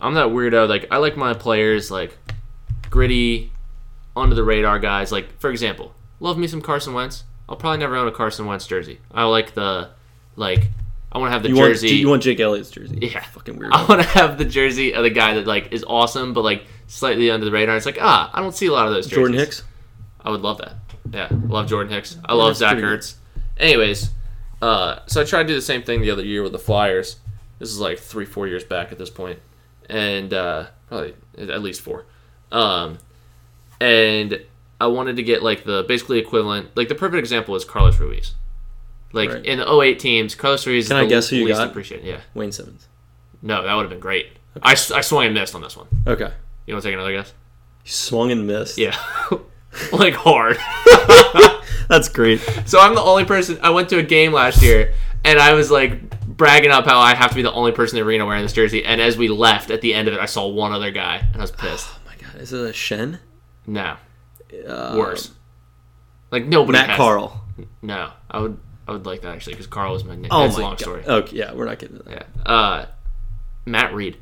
Speaker 2: I'm that weirdo. Like I like my players like gritty, under the radar guys. Like for example, love me some Carson Wentz. I'll probably never own a Carson Wentz jersey. I like the like I want to have the
Speaker 3: You
Speaker 2: jersey.
Speaker 3: want you want Jake Elliott's jersey?
Speaker 2: Yeah.
Speaker 3: fucking weird.
Speaker 2: I want to have the jersey of the guy that like is awesome, but like slightly under the radar. It's like ah, I don't see a lot of those. Jerseys.
Speaker 3: Jordan Hicks.
Speaker 2: I would love that. Yeah, love Jordan Hicks. I love
Speaker 3: that's
Speaker 2: Zach
Speaker 3: pretty good.
Speaker 2: Ertz. Anyways, uh, so I tried to do the same thing the other year with the Flyers. This is like three, four years back at this point, and uh, probably at least four. Um, and I wanted to get like the basically equivalent, like the perfect example is Carlos Ruiz. Like
Speaker 3: Right.
Speaker 2: in the 08 teams, Carlos Ruiz
Speaker 3: Can
Speaker 2: is
Speaker 3: I
Speaker 2: the
Speaker 3: guess who you
Speaker 2: least
Speaker 3: got?
Speaker 2: appreciated. Yeah,
Speaker 3: Wayne Simmons.
Speaker 2: no, that would have been great. I, s- I swung and missed on this one.
Speaker 3: Okay,
Speaker 2: You want to take another guess?
Speaker 3: he swung and missed.
Speaker 2: Yeah. like hard.
Speaker 3: That's great.
Speaker 2: So I'm the only person. I went to a game last year, and I was like bragging up how I have to be the only person in the arena wearing this jersey. And as we left at the end of it, I saw one other guy, and I was pissed.
Speaker 3: Oh my god, is it a Shen?
Speaker 2: No,
Speaker 3: Uh,
Speaker 2: worse. Like nobody.
Speaker 3: Matt
Speaker 2: has-
Speaker 3: Carl.
Speaker 2: No, I would. I would like that actually because Carl was my name.
Speaker 3: Oh
Speaker 2: That's
Speaker 3: my
Speaker 2: a long
Speaker 3: god.
Speaker 2: story.
Speaker 3: Okay, yeah, we're not getting into that.
Speaker 2: Yeah. Uh, Matt Reed.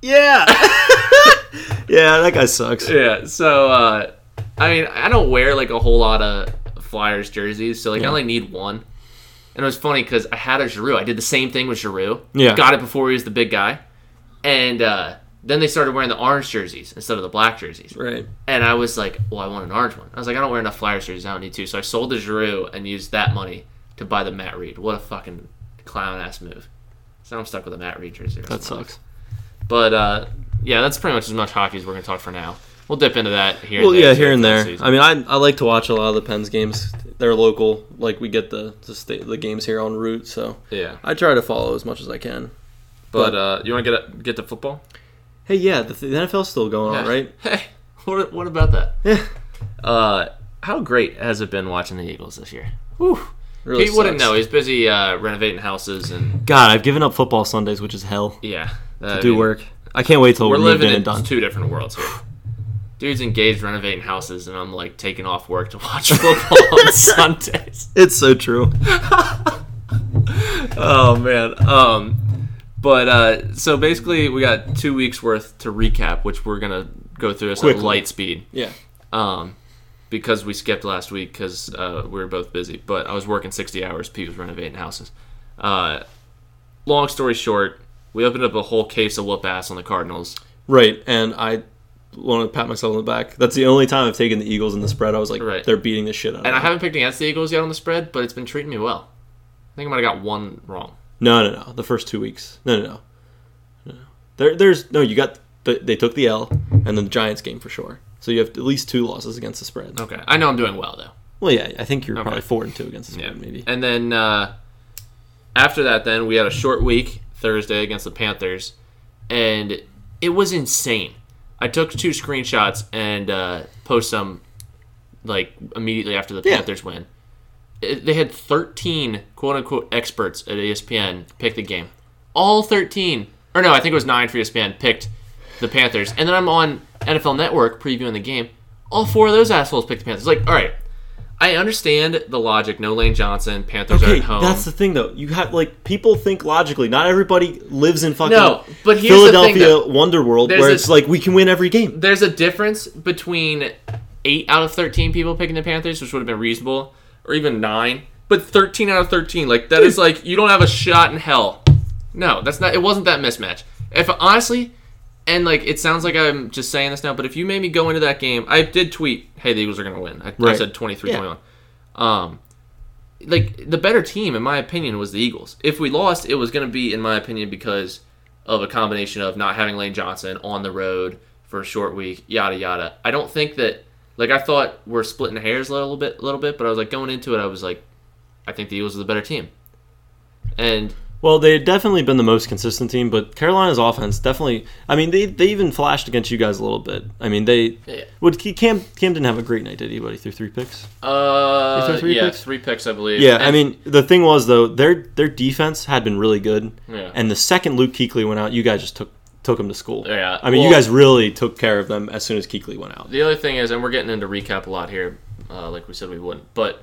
Speaker 3: Yeah. yeah, that guy sucks.
Speaker 2: Yeah. So uh, I mean, I don't wear like a whole lot of Flyers jerseys, so like I only need one. And it was funny because I had a Giroux. I did the same thing with Giroux.
Speaker 3: Yeah.
Speaker 2: Got it before he was the big guy, and uh, then they started wearing the orange jerseys instead of the black jerseys.
Speaker 3: Right.
Speaker 2: And I was like, well, I want an orange one. I was like, I don't wear enough Flyers jerseys. I don't need to. So I sold the Giroux and used that money to buy the Matt Reed. What a fucking clown ass move. So now I'm stuck with a Matt Reed jersey.
Speaker 4: That sucks.
Speaker 2: But uh, yeah, that's pretty much as much hockey as we're going to talk for now. We'll dip into that here.
Speaker 3: Well,
Speaker 2: and there
Speaker 3: yeah, here
Speaker 2: throughout
Speaker 3: and
Speaker 2: the
Speaker 3: there.
Speaker 2: season.
Speaker 3: I mean, I, I like to watch a lot of the Pens games. They're local. Like we get the the, sta- the games here en route, so
Speaker 2: yeah,
Speaker 3: I try to follow as much as I can.
Speaker 2: but uh, you want to get get to football?
Speaker 3: Hey, yeah, the, the NFL's still going on,
Speaker 2: Yeah.
Speaker 3: right?
Speaker 2: Hey, what, what about that?
Speaker 3: Yeah.
Speaker 2: Uh, how great has it been watching the Eagles this year? Whew.
Speaker 3: Really
Speaker 2: he wouldn't
Speaker 3: sucks.
Speaker 2: know. He's busy uh, renovating houses and
Speaker 3: God, I've given up football Sundays, which is hell.
Speaker 2: yeah, I
Speaker 3: Do
Speaker 2: mean,
Speaker 3: work. I can't wait till
Speaker 2: We're
Speaker 3: we're, moved
Speaker 2: living
Speaker 3: in
Speaker 2: in
Speaker 3: and done.
Speaker 2: two different worlds here. Dude's engaged renovating houses, and I'm like taking off work to watch football on Sundays.
Speaker 3: It's so true.
Speaker 2: Oh man. Um, but uh, so basically, we got two weeks worth to recap, which we're gonna go through this at
Speaker 3: Quickly.
Speaker 2: light speed.
Speaker 3: Yeah.
Speaker 2: Um, because we skipped last week because uh, we were both busy. But I was working sixty hours. Pete was renovating houses. Uh, long story short, we opened up a whole case of whoop ass on the Cardinals.
Speaker 3: Right, and I want to pat myself on the back. That's the only time I've taken the Eagles in the spread. I was like,
Speaker 2: Right.
Speaker 3: they're beating the shit out
Speaker 2: And I
Speaker 3: of them.
Speaker 2: haven't picked against the Eagles yet on the spread, but it's been treating me well. I think I might have got one wrong.
Speaker 3: No, no, no. The first two weeks. No, no, no. no. There, there's no. You got. The, they took the L, and then the Giants game for sure. So you have at least two losses against the spread.
Speaker 2: Okay, I know I'm doing well though.
Speaker 3: Well, yeah, I think you're
Speaker 2: Oh. Okay.
Speaker 3: probably four and two against the spread, maybe.
Speaker 2: And then uh, after that, then we had a short week Thursday against the Panthers, and it was insane. I took two screenshots and uh, post them like immediately after the
Speaker 3: Yeah.
Speaker 2: Panthers win. It, they had 13 quote unquote experts at E ESPN pick the game. All 13, or no, I think it was nine for E ESPN picked the Panthers. And then I'm on NFL Network previewing the game. All four of those assholes picked the Panthers. Like, all right, I understand the logic. No Lane Johnson, Panthers are
Speaker 3: Okay,
Speaker 2: at home.
Speaker 3: that's the thing though. You have like people think logically. Not everybody lives in fucking
Speaker 2: No, but here's the thing,
Speaker 3: Philadelphia
Speaker 2: though.
Speaker 3: Wonder World
Speaker 2: There's
Speaker 3: where
Speaker 2: a-
Speaker 3: it's like we can win every game.
Speaker 2: There's a difference between eight out of thirteen people picking the Panthers, which would have been reasonable, or even nine. But thirteen out of thirteen, like that is like you don't have a shot in hell. No, that's not. It wasn't that mismatch. If honestly, and like it sounds like I'm just saying this now, but if you made me go into that game, I did tweet, "Hey, the Eagles are going to win." I, I
Speaker 3: Right.
Speaker 2: said 23
Speaker 3: Yeah.
Speaker 2: 21. Um, like the better team, in my opinion, was the Eagles. If we lost, it was going to be, in my opinion, because of a combination of not having Lane Johnson on the road for a short week, yada yada. I don't think that. Like I thought, we're splitting hairs a little bit, little bit, but I was like going into it, I was like, I think the Eagles are the better team, and
Speaker 3: Well, they've definitely been the most consistent team, but Carolina's offense definitely. I mean, they, they even flashed against you guys a little bit. I mean, they
Speaker 2: Yeah.
Speaker 3: would Cam Cam didn't have a great night, did he? But he threw three picks.
Speaker 2: Uh,
Speaker 3: They throw three
Speaker 2: yeah,
Speaker 3: picks?
Speaker 2: three picks, I believe.
Speaker 3: Yeah,
Speaker 2: And-
Speaker 3: I mean, the thing was though, their their defense had been really good,
Speaker 2: Yeah.
Speaker 3: and the second Luke Kuechly went out, you guys just took took him to school.
Speaker 2: Yeah,
Speaker 3: I mean, you
Speaker 2: well-
Speaker 3: guys really took care of them as soon as Kuechly went out.
Speaker 2: the other thing is, and we're getting into recap a lot here, uh, like we said we wouldn't, but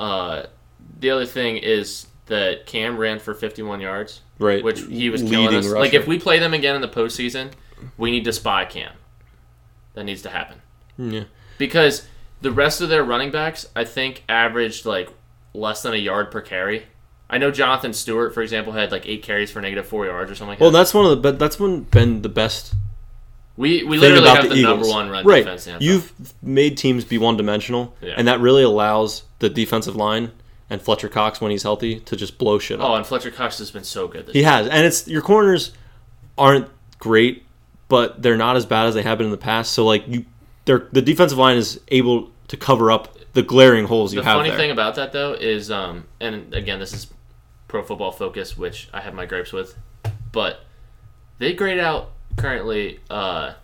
Speaker 2: uh, the other thing is that Cam ran for 51 yards,
Speaker 3: Right,
Speaker 2: which he was killing
Speaker 3: leading
Speaker 2: us.
Speaker 3: rusher.
Speaker 2: Like if we play them again in the postseason, we need to spy Cam. That needs to happen
Speaker 3: Yeah.
Speaker 2: because the rest of their running backs, I think, averaged like less than a yard per carry. I know Jonathan Stewart, for example, had like eight carries for negative four yards or something like
Speaker 3: Well,
Speaker 2: that.
Speaker 3: that's one of the. But that's one been the best
Speaker 2: We we
Speaker 3: thing
Speaker 2: literally
Speaker 3: about
Speaker 2: have
Speaker 3: the
Speaker 2: the,
Speaker 3: Eagles.
Speaker 2: number one run
Speaker 3: right.
Speaker 2: defense. in the NFL.
Speaker 3: You've made teams be one dimensional,
Speaker 2: Yeah.
Speaker 3: and that really allows the defensive line and Fletcher Cox when he's healthy to just blow shit up.
Speaker 2: Oh, and Fletcher Cox has been so good. This
Speaker 3: He has, and it's your corners aren't great, but they're not as bad as they have been in the past. So like you, they're the defensive line is able to cover up the glaring holes you
Speaker 2: the
Speaker 3: have
Speaker 2: funny
Speaker 3: there.
Speaker 2: thing about that though is, um, and again, this is Pro Football Focus, which I have my gripes with, but they grade out currently uh,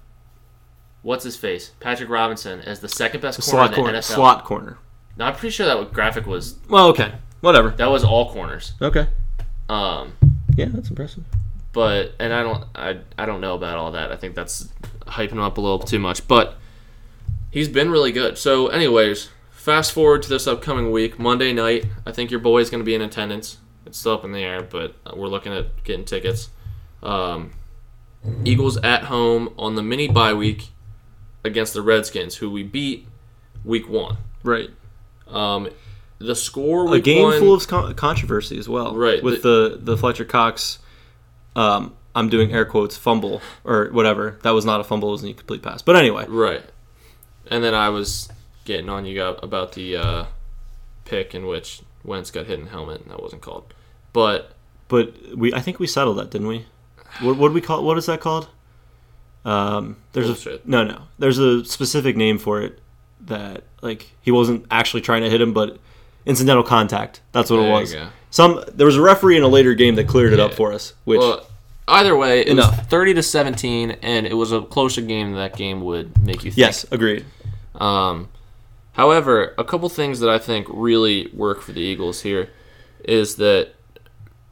Speaker 2: what's his face, Patrick Robinson, as the second best corner
Speaker 3: Slot
Speaker 2: in the
Speaker 3: corner.
Speaker 2: NFL.
Speaker 3: Slot corner.
Speaker 2: Now, I'm pretty sure that what graphic was
Speaker 3: Well, okay. Whatever.
Speaker 2: that was all corners.
Speaker 3: Okay.
Speaker 2: Um,
Speaker 3: Yeah, that's impressive.
Speaker 2: but and I don't I, I don't know about all that. I think that's hyping him up a little too much. But he's been really good. So, anyways, fast forward to this upcoming week, Monday night. I think your boy's going to be in attendance. It's still up in the air, but we're looking at getting tickets. Um, Eagles at home on the mini bye week against the Redskins, who we beat week one.
Speaker 3: Right.
Speaker 2: Um, the score
Speaker 3: A
Speaker 2: week
Speaker 3: game
Speaker 2: one,
Speaker 3: full of con- controversy as well.
Speaker 2: Right.
Speaker 3: With the the Fletcher Cox, um, I'm doing air quotes fumble or whatever. That was not a fumble. It was an incomplete pass. But anyway.
Speaker 2: Right. And then I was getting on you got- about the uh, pick in which Wentz got hit in the helmet, and that wasn't called. But
Speaker 3: But we, I think we settled that, didn't we? What what do we call? What is that called? Um, there's
Speaker 2: Bullshit.
Speaker 3: a no, no. There's a specific name for it that like he wasn't actually trying to hit him, but incidental contact. That's what
Speaker 2: There
Speaker 3: it
Speaker 2: you
Speaker 3: was.
Speaker 2: go.
Speaker 3: Some there was a referee in a later game that cleared it up
Speaker 2: Yeah.
Speaker 3: for us. Which
Speaker 2: well, either way, it was
Speaker 3: Enough.
Speaker 2: thirty to seventeen, and it was a closer game than that game would make you think.
Speaker 3: yes, agreed.
Speaker 2: Um, however, a couple things that I think really work for the Eagles here is that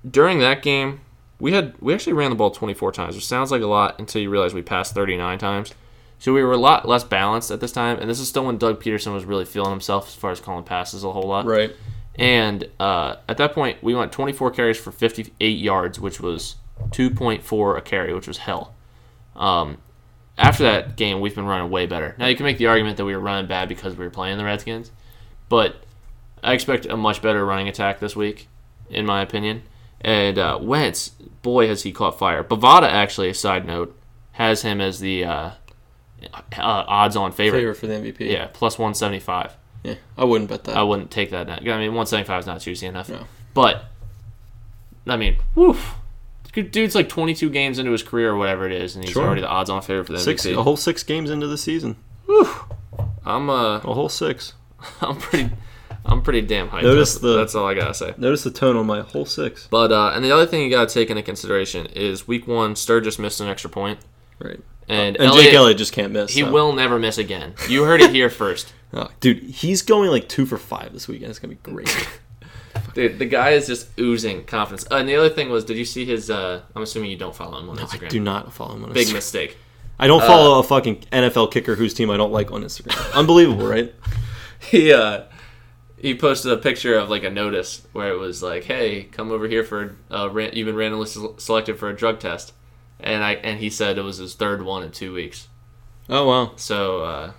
Speaker 2: during that game, we had we actually ran the ball 24 times, which sounds like a lot until you realize we passed 39 times. So we were a lot less balanced at this time, and this is still when Doug Peterson was really feeling himself as far as calling passes a whole lot.
Speaker 3: Right.
Speaker 2: And uh, at that point, we went 24 carries for 58 yards, which was 2.4 a carry, which was hell. Um, after that game, we've been running way better. Now, you can make the argument that we were running bad because we were playing the Redskins, but I expect a much better running attack this week, in my opinion. And uh, Wentz, boy, has he caught fire. Bavada, actually, a side note, has him as the uh, uh, odds on favorite.
Speaker 3: for the MVP.
Speaker 2: Yeah, plus 175.
Speaker 3: yeah. I wouldn't bet that.
Speaker 2: I wouldn't take that. Net. I mean, 175 is not juicy enough.
Speaker 3: No.
Speaker 2: But, I mean, woof. Dude's like 22 games into his career or whatever it is, and he's
Speaker 3: Sure.
Speaker 2: already the odds on favorite for the
Speaker 3: six, a
Speaker 2: MVP.
Speaker 3: whole six games into the season.
Speaker 2: I'm uh,
Speaker 3: A whole six.
Speaker 2: I'm pretty, I'm pretty damn hyped.
Speaker 3: Notice
Speaker 2: that's,
Speaker 3: the-
Speaker 2: that's all I gotta say.
Speaker 3: Notice the tone on my whole six.
Speaker 2: But uh, and the other thing you gotta take into consideration is week one, Sturgis missed an extra point,
Speaker 3: Right.
Speaker 2: and,
Speaker 3: And
Speaker 2: Elliott,
Speaker 3: Jake Elliott just can't miss.
Speaker 2: he
Speaker 3: so.
Speaker 2: will never miss again. You heard it here first,
Speaker 3: Oh, dude, he's going like two for five this weekend. It's gonna be great.
Speaker 2: dude. The guy is just oozing confidence. Uh, and the other thing was, did you see his? Uh, I'm assuming you don't follow him on
Speaker 3: I
Speaker 2: Instagram.
Speaker 3: do not follow him on
Speaker 2: Big
Speaker 3: Instagram.
Speaker 2: mistake.
Speaker 3: I don't follow a fucking NFL kicker whose team I don't like on Instagram. Unbelievable, right?
Speaker 2: he uh he posted a picture of like a notice where it was like, "Hey, come over here for uh, ran- you've been randomly sel- selected for a drug test," and I and he said it was his third one in two weeks.
Speaker 3: Oh wow,
Speaker 2: So, uh,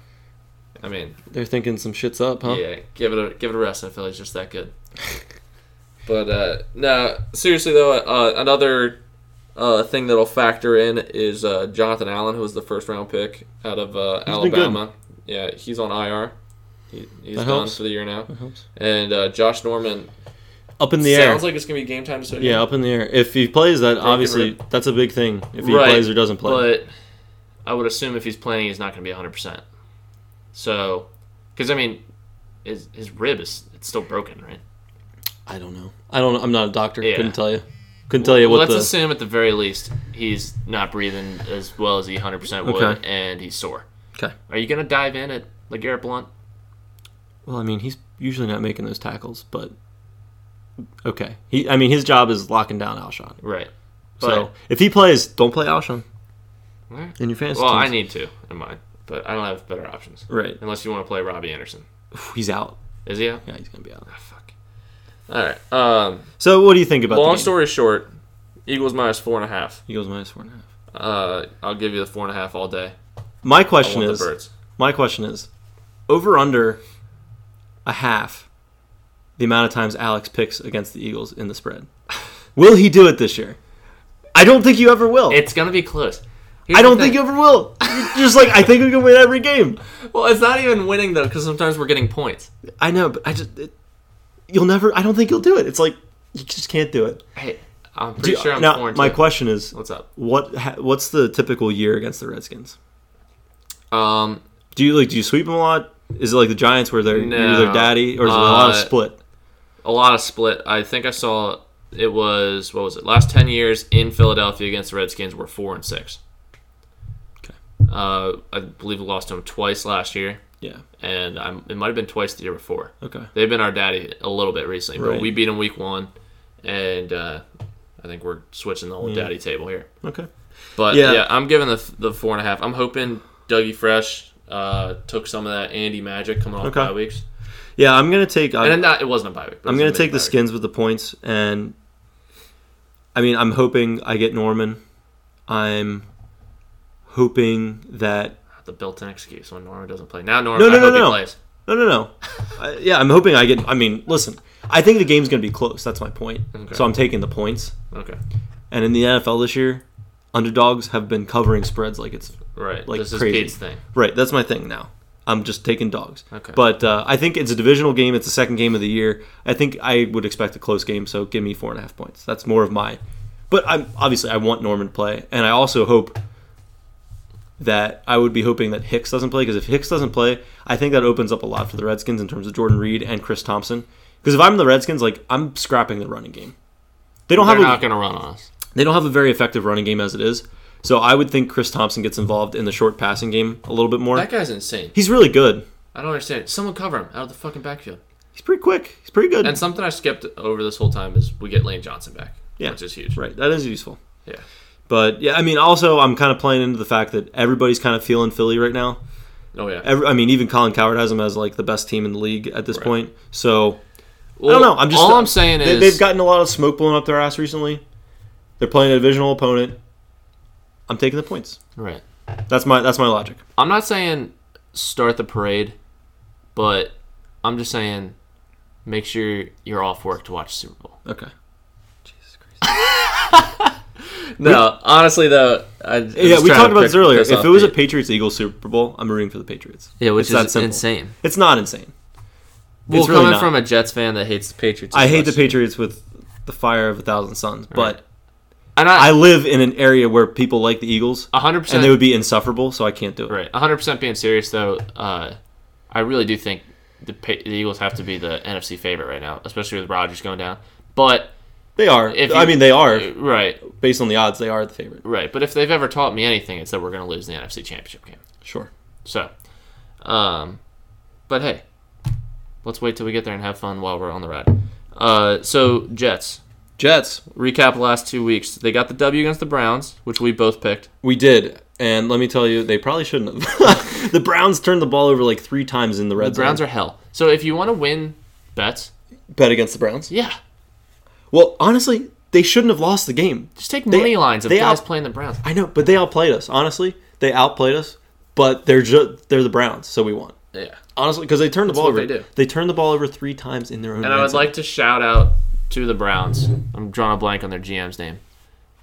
Speaker 2: I mean,
Speaker 3: they're thinking some shits up, huh?
Speaker 2: yeah, give it a give it a rest. I feel he's just that good. but uh, no, seriously though, uh, another uh, thing that'll factor in is uh, Jonathan Allen, who was the first round pick out of uh,
Speaker 3: been good.
Speaker 2: Alabama. Yeah, he's on IR. He, he's done
Speaker 3: That helps.
Speaker 2: for the year now.
Speaker 3: helps.
Speaker 2: And uh, Josh Norman
Speaker 3: Up in the air.
Speaker 2: sounds like it's gonna be game time decision.
Speaker 3: yeah, up in the air. If he plays that, obviously
Speaker 2: rip.
Speaker 3: that's a big thing. If he
Speaker 2: Right,
Speaker 3: plays or doesn't play,
Speaker 2: But I would assume if he's playing, he's not gonna be 100. percent So, because I mean, his his rib is it's still broken, right?
Speaker 3: I don't know. I don't. know. I'm not a doctor.
Speaker 2: Yeah.
Speaker 3: Couldn't tell you. Couldn't tell you
Speaker 2: Well,
Speaker 3: what
Speaker 2: let's
Speaker 3: the.
Speaker 2: assume at the very least he's not breathing as well as he 100% would,
Speaker 3: Okay.
Speaker 2: and he's sore.
Speaker 3: Okay.
Speaker 2: Are you gonna dive in at Legarrette Blunt?
Speaker 3: Well, I mean, he's usually not making those tackles, but okay. He, I mean, his job is locking down Alshon.
Speaker 2: Right.
Speaker 3: so if he plays, don't play Alshon
Speaker 2: Alright.
Speaker 3: in your fantasy.
Speaker 2: Well, I
Speaker 3: teams.
Speaker 2: need to in mine, but I don't have better options
Speaker 3: right.
Speaker 2: unless you want to play Robbie Anderson.
Speaker 3: He's out.
Speaker 2: Is he out?
Speaker 3: Yeah, he's gonna be out.
Speaker 2: Ah, fuck. All right. Um,
Speaker 3: So what do you think about? the
Speaker 2: long
Speaker 3: game?
Speaker 2: story short, Eagles minus four and a half.
Speaker 3: Eagles minus four and a half.
Speaker 2: Uh, I'll give you the four and a half all day.
Speaker 3: My
Speaker 2: I
Speaker 3: question
Speaker 2: want
Speaker 3: is,
Speaker 2: the birds.
Speaker 3: my question is, over under a half the amount of times Alex picks against the Eagles in the spread. Will he do it this year? I don't think you ever will.
Speaker 2: It's gonna be close. Here's
Speaker 3: I
Speaker 2: the
Speaker 3: don't
Speaker 2: thing.
Speaker 3: think you ever will. You're just like I think we can win every game.
Speaker 2: Well, it's not even winning though, because sometimes we're getting points.
Speaker 3: I know, but I just it, you'll never. I don't think you'll do it. It's like you just can't do it.
Speaker 2: Hey, I'm pretty sure I'm four
Speaker 3: now
Speaker 2: and
Speaker 3: my
Speaker 2: two.
Speaker 3: question is,
Speaker 2: What's up?
Speaker 3: what ha, what's the typical year against the Redskins?
Speaker 2: Um,
Speaker 3: Do you like do you sweep them a lot? Is it like the Giants where they're
Speaker 2: No.
Speaker 3: either daddy or is it a lot of
Speaker 2: Uh,
Speaker 3: split?
Speaker 2: a lot of split. I think I saw it was what was it? Last ten years in Philadelphia against the Redskins were four and six.
Speaker 3: Okay.
Speaker 2: Uh, I believe we lost to them twice last year,
Speaker 3: Yeah.
Speaker 2: and I'm, it might have been twice the year before.
Speaker 3: Okay.
Speaker 2: They've been our daddy a little bit recently,
Speaker 3: Right.
Speaker 2: but we beat them week one, and uh, I think we're switching the whole daddy table here.
Speaker 3: Okay.
Speaker 2: But
Speaker 3: Mm. Yeah.
Speaker 2: yeah, I'm giving the the four and a half. I'm hoping Dougie Fresh uh, took some of that Andy magic coming off
Speaker 3: Okay.
Speaker 2: bye weeks,
Speaker 3: Yeah, I'm gonna take. I,
Speaker 2: and then not, it wasn't a bye week. But
Speaker 3: I'm
Speaker 2: it was
Speaker 3: gonna
Speaker 2: a
Speaker 3: take the
Speaker 2: mid-bye week.
Speaker 3: skins with the points, and I mean, I'm hoping I get Norman. I'm hoping that
Speaker 2: the built-in excuse when Norman doesn't play. Now Norman,
Speaker 3: No, no,
Speaker 2: I
Speaker 3: no,
Speaker 2: hope
Speaker 3: no,
Speaker 2: he
Speaker 3: no.
Speaker 2: plays.
Speaker 3: no, no, no. I, yeah, I'm hoping I get. I mean, listen, I think the game's gonna be close. That's my point. So I'm taking the points.
Speaker 2: Okay,
Speaker 3: And in the NFL this year, underdogs have been covering spreads like it's
Speaker 2: right.
Speaker 3: Like
Speaker 2: this is
Speaker 3: crazy.
Speaker 2: Pete's thing.
Speaker 3: Right, that's my thing now. I'm just taking dogs.
Speaker 2: Okay.
Speaker 3: But uh, I think it's a divisional game. It's the second game of the year. I think I would expect a close game, so give me four and a half points. That's more of my. But I'm obviously I want Norman to play, and I also hope that I would be hoping that Hicks doesn't play because if Hicks doesn't play, I think that opens up a lot for the Redskins in terms of Jordan Reed and Chris Thompson. Because if I'm the Redskins, like I'm scrapping the running game. They don't
Speaker 2: They're
Speaker 3: have a,
Speaker 2: not going to run on us.
Speaker 3: they don't have a very effective running game as it is. So I would think Chris Thompson gets involved in the short passing game a little bit more.
Speaker 5: That guy's insane.
Speaker 3: He's really good.
Speaker 5: I don't understand. it. Someone cover him out of the fucking backfield.
Speaker 3: He's pretty quick. He's pretty good.
Speaker 5: And something I skipped over this whole time is we get Lane Johnson back,
Speaker 3: Yeah.
Speaker 5: which is huge.
Speaker 3: right. That is useful.
Speaker 5: Yeah.
Speaker 3: But yeah, I mean, also I'm kind of playing into the fact that everybody's kind of feeling Philly right now.
Speaker 5: Oh yeah.
Speaker 3: Every, I mean, even Colin Coward has them as like the best team in the league at this point. So
Speaker 2: Well,
Speaker 3: I don't know. I'm just
Speaker 2: all I'm saying
Speaker 3: they,
Speaker 2: is
Speaker 3: they've gotten a lot of smoke blown up their ass recently. They're playing a divisional opponent. I'm taking the points.
Speaker 2: right.
Speaker 3: That's my that's my logic.
Speaker 2: I'm not saying start the parade, but I'm just saying make sure you're off work to watch the Super Bowl.
Speaker 3: Okay.
Speaker 5: No, honestly though, I, I'm
Speaker 3: Yeah,
Speaker 5: just
Speaker 3: we
Speaker 5: trying
Speaker 3: talked
Speaker 5: to
Speaker 3: about
Speaker 5: pick
Speaker 3: this earlier.
Speaker 5: piss
Speaker 3: If
Speaker 5: off
Speaker 3: it was a
Speaker 5: Pete.
Speaker 3: Patriots Eagles Super Bowl, I'm rooting for the Patriots.
Speaker 2: Yeah, which
Speaker 3: It's that
Speaker 2: is
Speaker 3: simple.
Speaker 2: insane.
Speaker 3: It's not insane.
Speaker 5: well,
Speaker 3: it's really
Speaker 5: coming
Speaker 3: not.
Speaker 5: from a Jets fan that hates the Patriots,
Speaker 3: I
Speaker 5: as
Speaker 3: hate the
Speaker 5: much.
Speaker 3: Patriots with the fire of a thousand suns, but
Speaker 2: And
Speaker 3: I
Speaker 2: I,
Speaker 3: live in an area where people like the Eagles,
Speaker 2: 100 percent
Speaker 3: and they would be insufferable, so I can't do it.
Speaker 2: right. 100 percent being serious though. Uh, I really do think the, pa- the Eagles have to be the NFC favorite right now, especially with Rodgers going down. But
Speaker 3: They are.
Speaker 2: If
Speaker 3: I
Speaker 2: you-
Speaker 3: mean, they are
Speaker 2: right,
Speaker 3: based on the odds. They are the favorite.
Speaker 2: right. But if they've ever taught me anything, it's that we're going to lose the NFC Championship game.
Speaker 3: Sure.
Speaker 2: So, um, but hey, let's wait till we get there and have fun while we're on the ride. Uh, so Jets
Speaker 3: Jets.
Speaker 2: recap last two weeks. They got the W against the Browns, which we both picked.
Speaker 3: We did, and let me tell you, they probably shouldn't have. the Browns turned the ball over like three times in the red
Speaker 2: The Browns
Speaker 3: zone.
Speaker 2: are hell. So if you want to win bets,
Speaker 3: bet against the Browns.
Speaker 2: yeah,
Speaker 3: Well, honestly, they shouldn't have lost the game.
Speaker 2: just take
Speaker 3: They-
Speaker 2: money lines of
Speaker 3: they
Speaker 2: guys
Speaker 3: out-
Speaker 2: playing the Browns.
Speaker 3: I know, but they outplayed us. Honestly, they outplayed us. But they're ju- they're the Browns, so we won.
Speaker 5: Yeah.
Speaker 3: Honestly, because they turned the ball
Speaker 5: what
Speaker 3: over.
Speaker 5: they do.
Speaker 3: turned the ball over three times in their own.
Speaker 2: And I
Speaker 3: red
Speaker 2: would
Speaker 3: zone.
Speaker 2: like to shout out to the Browns. I'm drawing a blank on their GM's name.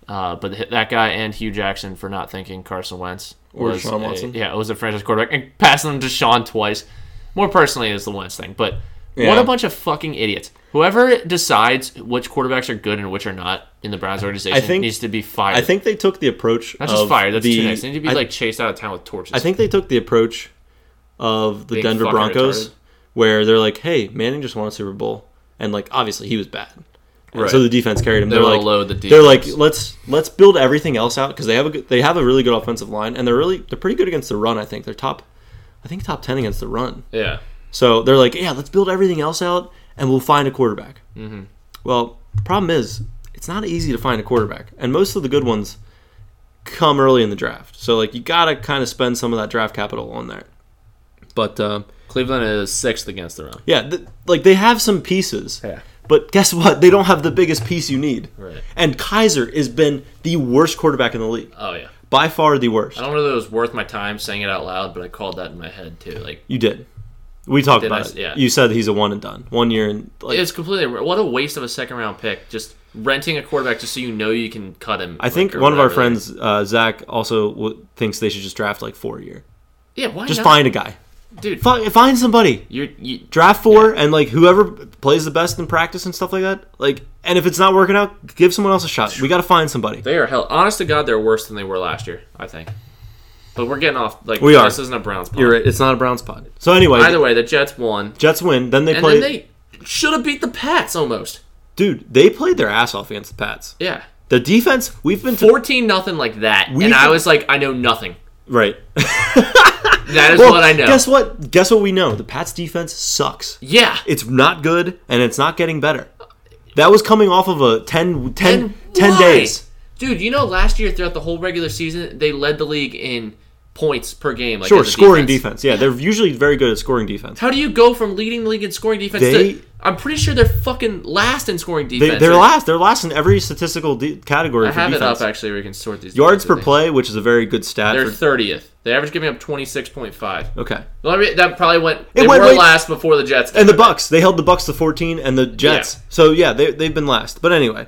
Speaker 2: Uh, but th- that guy and Hugh Jackson for not thinking Carson Wentz
Speaker 3: Or
Speaker 2: was
Speaker 3: Deshaun
Speaker 2: a-
Speaker 3: Watson.
Speaker 2: yeah, it was a franchise quarterback and passing them to Sean twice. More personally is the Wentz thing, but what
Speaker 3: Yeah.
Speaker 2: a bunch of fucking idiots! Whoever decides which quarterbacks are good and which are not in the Browns organization
Speaker 3: I think-
Speaker 2: needs to be fired.
Speaker 3: I think they took the approach.
Speaker 2: not just
Speaker 3: of
Speaker 2: fired. That's
Speaker 3: the,
Speaker 2: too nice. They need to be
Speaker 3: I,
Speaker 2: like chased out of town with torches.
Speaker 3: I think they took the approach of the
Speaker 2: Being
Speaker 3: Denver
Speaker 2: fucking
Speaker 3: Broncos,
Speaker 2: retarded.
Speaker 3: where they're like, "Hey, Manning just won a Super Bowl, and like obviously he was bad, And
Speaker 2: Right.
Speaker 3: so the defense carried him.
Speaker 2: They
Speaker 3: They're
Speaker 2: wanna
Speaker 3: like,
Speaker 2: load the
Speaker 3: they're like,
Speaker 2: defense.
Speaker 3: let's let's build everything else out because they have a good, they have a really good offensive line, and they're really they're pretty good against the run. I think they're top, I think top ten against the run.
Speaker 2: yeah,
Speaker 3: So they're like, yeah, let's build everything else out, and we'll find a quarterback. Mm-hmm. Well, the problem is, it's not easy to find a quarterback, and most of the good ones come early in the draft. So like, you gotta kind of spend some of that draft capital on that. But um,
Speaker 5: Cleveland is sixth against the run.
Speaker 3: yeah, th- like they have some pieces.
Speaker 5: Yeah.
Speaker 3: But guess what? They don't have the biggest piece you need.
Speaker 5: Right.
Speaker 3: And Kaiser has been the worst quarterback in the league,
Speaker 5: Oh yeah.
Speaker 3: by far the worst.
Speaker 5: I don't know that it was worth my time saying it out loud, but I called that in my head too. Like
Speaker 3: You did. We talked
Speaker 5: Did I
Speaker 3: about
Speaker 5: s-
Speaker 3: it.
Speaker 5: yeah.
Speaker 3: You said he's a one and done, one year and like
Speaker 5: it's completely what a waste of a second round pick. Just renting a quarterback just so you know you can cut him.
Speaker 3: I think
Speaker 5: like, or
Speaker 3: one of our
Speaker 5: whatever.
Speaker 3: friends, uh, Zach, also w- thinks they should just draft like four a year.
Speaker 5: Yeah, why
Speaker 3: Just
Speaker 5: not?
Speaker 3: find a guy,
Speaker 5: Dude.
Speaker 3: Fi- find somebody.
Speaker 5: You're, you
Speaker 3: Draft four, and like whoever plays the best in practice and stuff like that. Like, and if it's not working out, give someone else a shot. We got to find somebody.
Speaker 5: they are hell. Honest to God, they're worse than they were last year. I think. But we're getting off. Like
Speaker 3: We are.
Speaker 5: This isn't a Browns. Pod.
Speaker 3: You're right. It's not a Browns pod. So anyway,
Speaker 5: Either way, the Jets won,
Speaker 3: Jets win. Then they
Speaker 5: and
Speaker 3: play.
Speaker 5: then they should have beat the Pats almost.
Speaker 3: dude, they played their ass off against the Pats.
Speaker 5: Yeah,
Speaker 3: The defense. We've been.
Speaker 5: fourteen nothing like that,
Speaker 3: We
Speaker 5: and I
Speaker 3: thought-
Speaker 5: was like, I know nothing.
Speaker 3: Right.
Speaker 2: That is
Speaker 3: Well,
Speaker 2: what I know.
Speaker 3: Guess what? Guess what we know? The Pats defense sucks.
Speaker 2: yeah.
Speaker 3: It's not good and it's not getting better. That was coming off of a 10, 10,
Speaker 2: And
Speaker 3: 10
Speaker 2: why?
Speaker 3: days.
Speaker 2: Dude, you know last year throughout the whole regular season, they led the league in points per game. Like
Speaker 3: Sure,
Speaker 2: as a
Speaker 3: scoring defense. Yeah, they're usually very good at scoring defense.
Speaker 2: How do you go from leading the league in scoring defense
Speaker 3: They-
Speaker 2: to I'm pretty sure they're fucking last in scoring
Speaker 3: They,
Speaker 2: defense.
Speaker 3: they're
Speaker 2: right?
Speaker 3: last. They're last in every statistical de- category
Speaker 2: I
Speaker 3: for
Speaker 2: have
Speaker 3: defense.
Speaker 2: it up actually where you can sort these
Speaker 3: Yards
Speaker 2: defenses,
Speaker 3: per
Speaker 2: I think.
Speaker 3: play, which is a very good stat.
Speaker 2: They're
Speaker 3: for-
Speaker 2: thirtieth. They average giving up twenty six point five.
Speaker 3: okay.
Speaker 2: Well, I mean, that probably went. They
Speaker 3: went
Speaker 2: were
Speaker 3: way-
Speaker 2: last before the Jets.
Speaker 3: And the Bucks, they held the Bucks to 14 and the Jets.
Speaker 2: Yeah.
Speaker 3: So yeah, they they've been last. But anyway,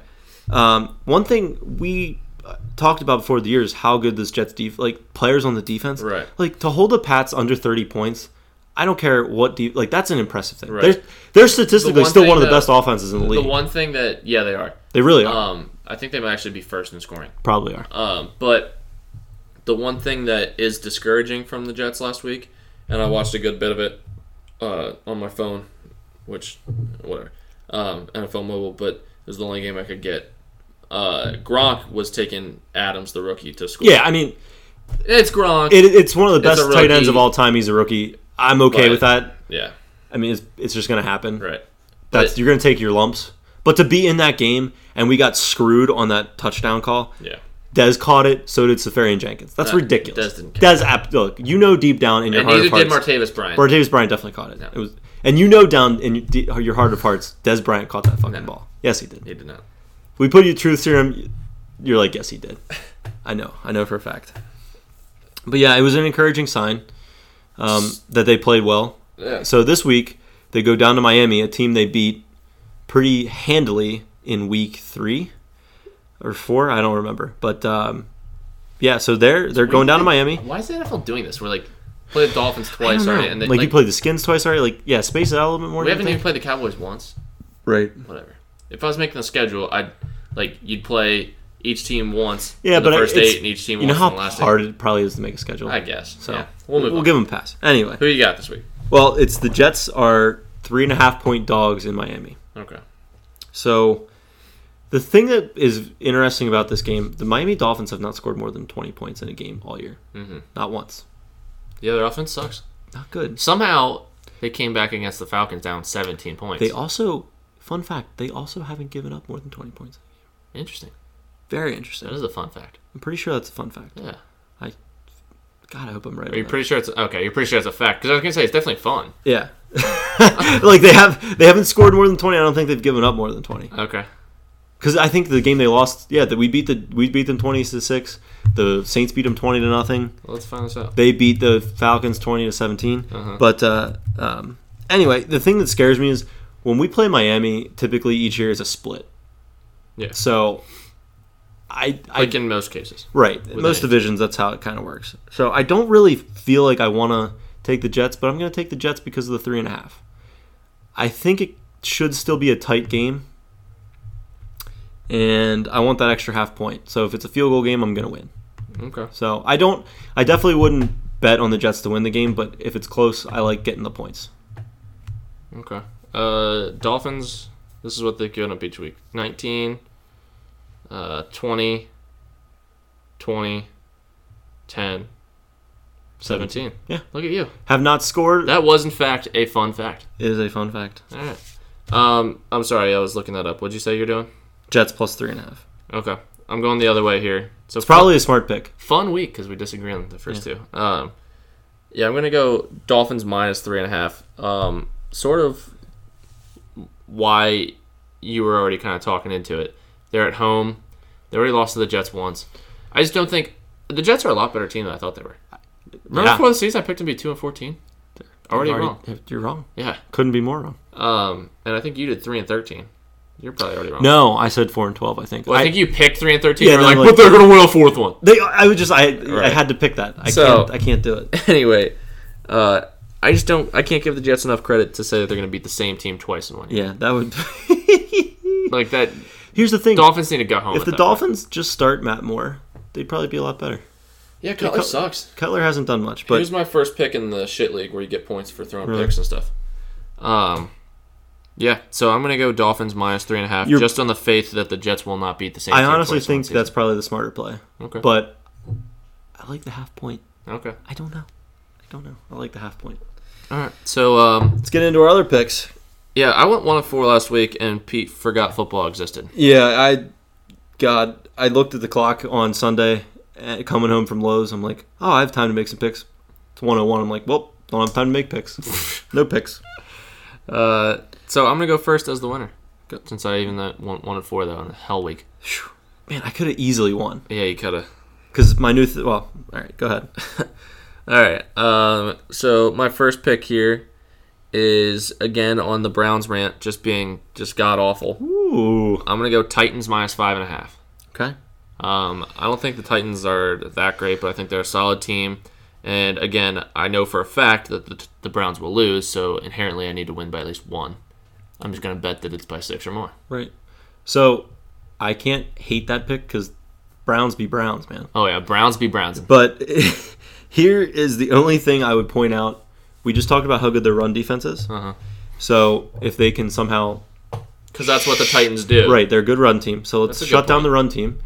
Speaker 3: um, one thing we uh, talked about before the year is how good this Jets def- like players on the defense.
Speaker 2: Right.
Speaker 3: Like to hold the Pats under 30 points. I don't care what de- like that's an impressive thing.
Speaker 2: Right.
Speaker 3: They're they're
Speaker 2: The
Speaker 3: statistically
Speaker 2: one
Speaker 3: still one of
Speaker 2: thing
Speaker 3: the
Speaker 2: that-
Speaker 3: best offenses in the
Speaker 2: The
Speaker 3: league.
Speaker 2: one thing that yeah they are.
Speaker 3: they really are.
Speaker 2: Um, I think they might actually be first in scoring.
Speaker 3: Probably are.
Speaker 2: Um, but the one thing that is discouraging from the Jets last week, and I watched a good bit of it uh, on my phone, which whatever um, NFL mobile, but it was the only game I could get. Uh, Gronk was taking Adams, the rookie, to school.
Speaker 3: yeah, I mean,
Speaker 2: it's Gronk.
Speaker 3: it, it's one of the
Speaker 2: It's
Speaker 3: best
Speaker 2: a
Speaker 3: tight ends of
Speaker 2: rookie.
Speaker 3: all time. He's a rookie. I'm okay
Speaker 2: Right.
Speaker 3: with that.
Speaker 2: yeah,
Speaker 3: I mean, it's, it's just going to happen.
Speaker 2: right.
Speaker 3: That's
Speaker 2: But-
Speaker 3: you're going to take your lumps. But to be in that game and we got screwed on that touchdown call.
Speaker 2: Yeah,
Speaker 3: Des caught it. So did Safarian Jenkins. That's
Speaker 2: That-
Speaker 3: ridiculous.
Speaker 2: Dez
Speaker 3: Des,
Speaker 2: didn't
Speaker 3: ab- look, you know deep down in your
Speaker 2: and
Speaker 3: heart
Speaker 2: neither
Speaker 3: of hearts,
Speaker 2: did Martavis Bryant.
Speaker 3: Martavis Bryant definitely caught it. It was, and you know down in your de- your heart of hearts, Des Bryant caught that fucking
Speaker 2: No.
Speaker 3: ball. Yes, he did.
Speaker 2: he did not.
Speaker 3: We put you truth serum. You're like, yes, he did. I know. I know for a fact. But yeah, it was an encouraging sign um, that they played well.
Speaker 2: Yeah.
Speaker 3: So this week they go down to Miami, a team they beat pretty handily in week three or four. I don't remember, but um, yeah. So they're they're going down to Miami.
Speaker 2: Why is the NFL doing this? We're like play the Dolphins
Speaker 3: I
Speaker 2: twice
Speaker 3: don't know.
Speaker 2: already, and then
Speaker 3: like,
Speaker 2: like,
Speaker 3: you played the Skins twice already. Like yeah, space it out a little bit more.
Speaker 2: we
Speaker 3: don't
Speaker 2: haven't
Speaker 3: you
Speaker 2: even played the Cowboys once.
Speaker 3: think? right.
Speaker 2: whatever. If I was making the schedule, I'd like you'd play each team once.
Speaker 3: Yeah,
Speaker 2: in the
Speaker 3: but I-
Speaker 2: first
Speaker 3: it's-
Speaker 2: eight and each team
Speaker 3: You know
Speaker 2: once
Speaker 3: how
Speaker 2: in the last
Speaker 3: hard it probably is to make a schedule.
Speaker 2: eight. I guess.
Speaker 3: So
Speaker 2: So we'll move
Speaker 3: we'll
Speaker 2: on.
Speaker 3: give them a pass anyway.
Speaker 2: Who you got this week?
Speaker 3: Well, it's the Jets are three and a half point dogs in Miami.
Speaker 2: Okay.
Speaker 3: So the thing that is interesting about this game, the Miami Dolphins have not scored more than 20 points in a game all year.
Speaker 2: Mhm.
Speaker 3: Not once.
Speaker 2: The other offense sucks.
Speaker 3: Not good.
Speaker 2: Somehow they came back against the Falcons down 17 points.
Speaker 3: They also, fun fact, they also haven't given up more than 20 points.
Speaker 2: Interesting.
Speaker 3: Very
Speaker 2: That
Speaker 3: interesting.
Speaker 2: is a fun fact.
Speaker 3: I'm pretty sure that's a fun fact.
Speaker 2: Yeah.
Speaker 3: God, I hope I'm right.
Speaker 2: Are you
Speaker 3: on that.
Speaker 2: pretty sure it's okay? You're pretty sure it's a fact because I was gonna say it's definitely fun.
Speaker 3: Yeah. like they have, they haven't scored more than 20. I don't think they've given up more than 20.
Speaker 2: Okay.
Speaker 3: because I think the game they lost, yeah, that we beat the we beat them twenty to six. The Saints beat them twenty to nothing.
Speaker 2: Well, let's find this out.
Speaker 3: They beat the Falcons twenty to 17
Speaker 2: Uh-huh.
Speaker 3: But uh, um, anyway, the thing that scares me is when we play Miami. Typically, each year is a split.
Speaker 2: Yeah.
Speaker 3: So, I I
Speaker 2: Like in most cases.
Speaker 3: right in most
Speaker 2: any-
Speaker 3: divisions that's how it kind of works. So I don't really feel like I want to take the Jets, but I'm going to take the Jets because of the three and a half. I think it should still be a tight game. And I want that extra half point. So if it's a field goal game, I'm going to win.
Speaker 2: Okay.
Speaker 3: So I don't, I definitely wouldn't bet on the Jets to win the game, but if it's close, I like getting the points.
Speaker 2: Okay. Uh, Dolphins. This is what they've given up each week: 19, uh, 20, 20, 10, 17.
Speaker 3: Yeah.
Speaker 2: Look at you.
Speaker 3: Have not scored
Speaker 2: That was in fact a fun fact.
Speaker 3: is a fun fact.
Speaker 2: All right. Um, I'm sorry, I was looking that up. What'd you say you're doing?
Speaker 3: Jets plus three and a half.
Speaker 2: Okay, I'm going the other way here. So
Speaker 3: It's probably a smart pick.
Speaker 2: fun week because we disagree on the first two. Um, yeah, I'm gonna go Dolphins minus three and a half. Um, sort of why you were already kind of talking into it. They're at home. They already lost to the Jets once. I just don't think the Jets are a lot better team than I thought they were. Remember
Speaker 3: Yeah.
Speaker 2: before the season, I picked them to be two and fourteen. Already,
Speaker 3: You're
Speaker 2: wrong.
Speaker 3: You're wrong.
Speaker 2: Yeah.
Speaker 3: Couldn't be more wrong.
Speaker 2: Um, and I think you did three and thirteen. You're probably already wrong.
Speaker 3: No, I said four and twelve. I think.
Speaker 2: Well, I,
Speaker 3: I-
Speaker 2: think you picked three and thirteen.
Speaker 3: Yeah,
Speaker 2: you're
Speaker 3: then
Speaker 2: like,
Speaker 3: I'm like-
Speaker 2: but they're gonna win a fourth one.
Speaker 3: They, I would just, I, I
Speaker 2: Right.
Speaker 3: had to pick that. I
Speaker 2: So-
Speaker 3: can't, I can't do it.
Speaker 2: anyway, uh, I just don't. I can't give the Jets enough credit to say that they're going to beat the same team twice in one year.
Speaker 3: Yeah, that would.
Speaker 2: Like that,
Speaker 3: Here's the thing:
Speaker 2: Dolphins need to go home.
Speaker 3: if
Speaker 2: at
Speaker 3: the
Speaker 2: that
Speaker 3: Dolphins just start Matt Moore, they'd probably be a lot better.
Speaker 2: point. yeah, Cutler sucks.
Speaker 3: Cutler hasn't done much,
Speaker 2: But,
Speaker 3: but
Speaker 2: Here's my first pick in the shit league where you get points for throwing
Speaker 3: Really?
Speaker 2: picks and stuff. Um, yeah. So I'm going to go Dolphins minus three and a half,
Speaker 3: You're-
Speaker 2: just on the faith that the Jets will not beat the same.
Speaker 3: I
Speaker 2: team
Speaker 3: honestly
Speaker 2: twice in one
Speaker 3: think that's probably the smarter play.
Speaker 2: season. okay.
Speaker 3: But I like the half point.
Speaker 2: Okay.
Speaker 3: I don't know. I don't know. I like the half point.
Speaker 2: All right. So um,
Speaker 3: Let's get into our other picks.
Speaker 2: yeah, I went one of four last week, and Pete forgot football existed.
Speaker 3: Yeah, I, God, I looked at the clock on Sunday eh, coming home from Lowe's. I'm like, oh, I have time to make some picks. It's 101. I'm like, well, don't have time to make picks. no picks.
Speaker 2: Uh, so I'm gonna go first as the winner, since I even that one, one of four though on Hell Week.
Speaker 3: Phew. Man, I could have easily won
Speaker 2: Yeah, you coulda.
Speaker 3: because my new. Th- well, all right, go ahead.
Speaker 2: All right. Um, so my first pick here is again on the Browns rant, just being just god awful.
Speaker 3: Ooh.
Speaker 2: I'm gonna go Titans minus five and a half.
Speaker 3: Okay.
Speaker 2: Um, I don't think the Titans are that great, but I think they're a solid team. And again, I know for a fact that the, the Browns will lose, so inherently I need to win by at least one. I'm just going to bet that it's by six or more.
Speaker 3: Right. So, I can't hate that pick because Browns be Browns, man.
Speaker 2: Oh, yeah, Browns be Browns.
Speaker 3: But here is the only thing I would point out. We just talked about how good their run defense is.
Speaker 2: Uh-huh.
Speaker 3: So if they can somehow
Speaker 2: Because that's what the Titans do.
Speaker 3: right, they're a good run team. So let's
Speaker 2: That's a good
Speaker 3: shut down
Speaker 2: point.
Speaker 3: the run team.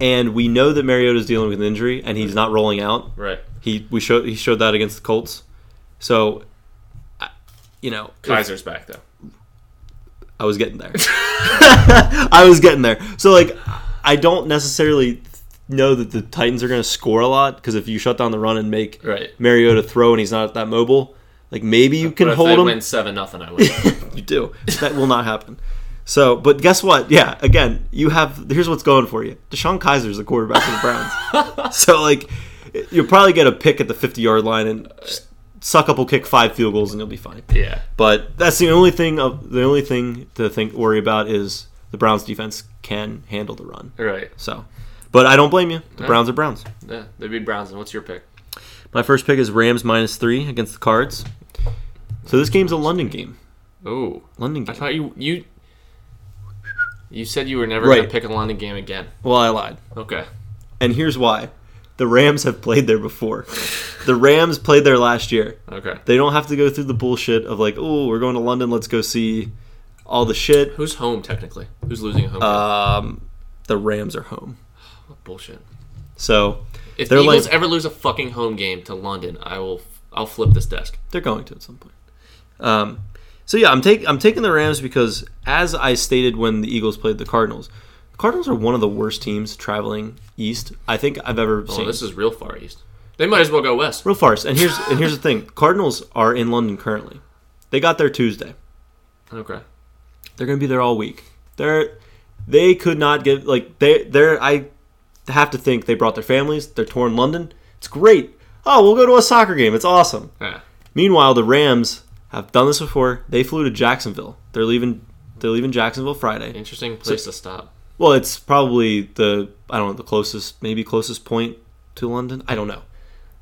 Speaker 3: And we know that Mariota is dealing with an injury and he's not rolling out.
Speaker 2: Right.
Speaker 3: He we showed he showed that against the Colts. So I- you know, if-
Speaker 2: Kaiser's back, though.
Speaker 3: I was getting there. I was getting there. So like, I don't necessarily know that the Titans are going to score a lot because if you shut down the run and make
Speaker 2: Right.
Speaker 3: Mariota throw and he's not that mobile, like maybe you can
Speaker 2: but if
Speaker 3: hold
Speaker 2: they
Speaker 3: him.
Speaker 2: win 7 nothing, I win.
Speaker 3: you do. That will not happen. So, but guess what? Yeah, again, you have here's what's going for you. Deshaun Kaiser is the quarterback for the Browns. so like, you'll probably get a pick at the 50 yard line and just suck up will kick five field goals and you'll be fine.
Speaker 2: yeah.
Speaker 3: But that's the only thing of the only thing to think worry about is the Browns defense can handle the run.
Speaker 2: Right.
Speaker 3: So, but I don't blame you. The Browns are Browns.
Speaker 2: Yeah, they beat Browns. And what's your pick?
Speaker 3: My first pick is Rams minus three against the Cards. So this game's a London game.
Speaker 2: Oh,
Speaker 3: London
Speaker 2: I
Speaker 3: game.
Speaker 2: thought you you you said you were never
Speaker 3: Right.
Speaker 2: going to pick a London game again.
Speaker 3: Well, I lied,
Speaker 2: Okay.
Speaker 3: and here's why: the Rams have played there before. the Rams played there last year.
Speaker 2: Okay.
Speaker 3: They don't have to go through the bullshit of like, oh, we're going to London, let's go see all the shit.
Speaker 2: Who's home, technically? Who's losing at home?
Speaker 3: Um, the Rams are home,
Speaker 2: Bullshit.
Speaker 3: so
Speaker 2: If
Speaker 3: They're
Speaker 2: the Eagles
Speaker 3: like-
Speaker 2: ever lose a fucking home game to London, I will I'll flip this desk.
Speaker 3: They're going to at some point. Um, so yeah, I'm taking I'm taking the Rams because as I stated when the Eagles played the Cardinals, the Cardinals are one of the worst teams traveling east I think I've ever
Speaker 2: Oh,
Speaker 3: seen.
Speaker 2: this is real far east. They might as well go west.
Speaker 3: Real farce. And here's and here's the thing: Cardinals are in London currently. They got there Tuesday.
Speaker 2: Okay.
Speaker 3: They're going to be there all week. They're they could not give like they they're I have to think they brought their families. They're torn London. It's great. Oh, we'll go to a soccer game. It's awesome.
Speaker 2: Yeah.
Speaker 3: Meanwhile, the Rams have done this before. They flew to Jacksonville. They're leaving. They're leaving Jacksonville Friday.
Speaker 2: Interesting place to stop.
Speaker 3: Well, it's probably the I don't know the closest, maybe closest point to London. I don't know.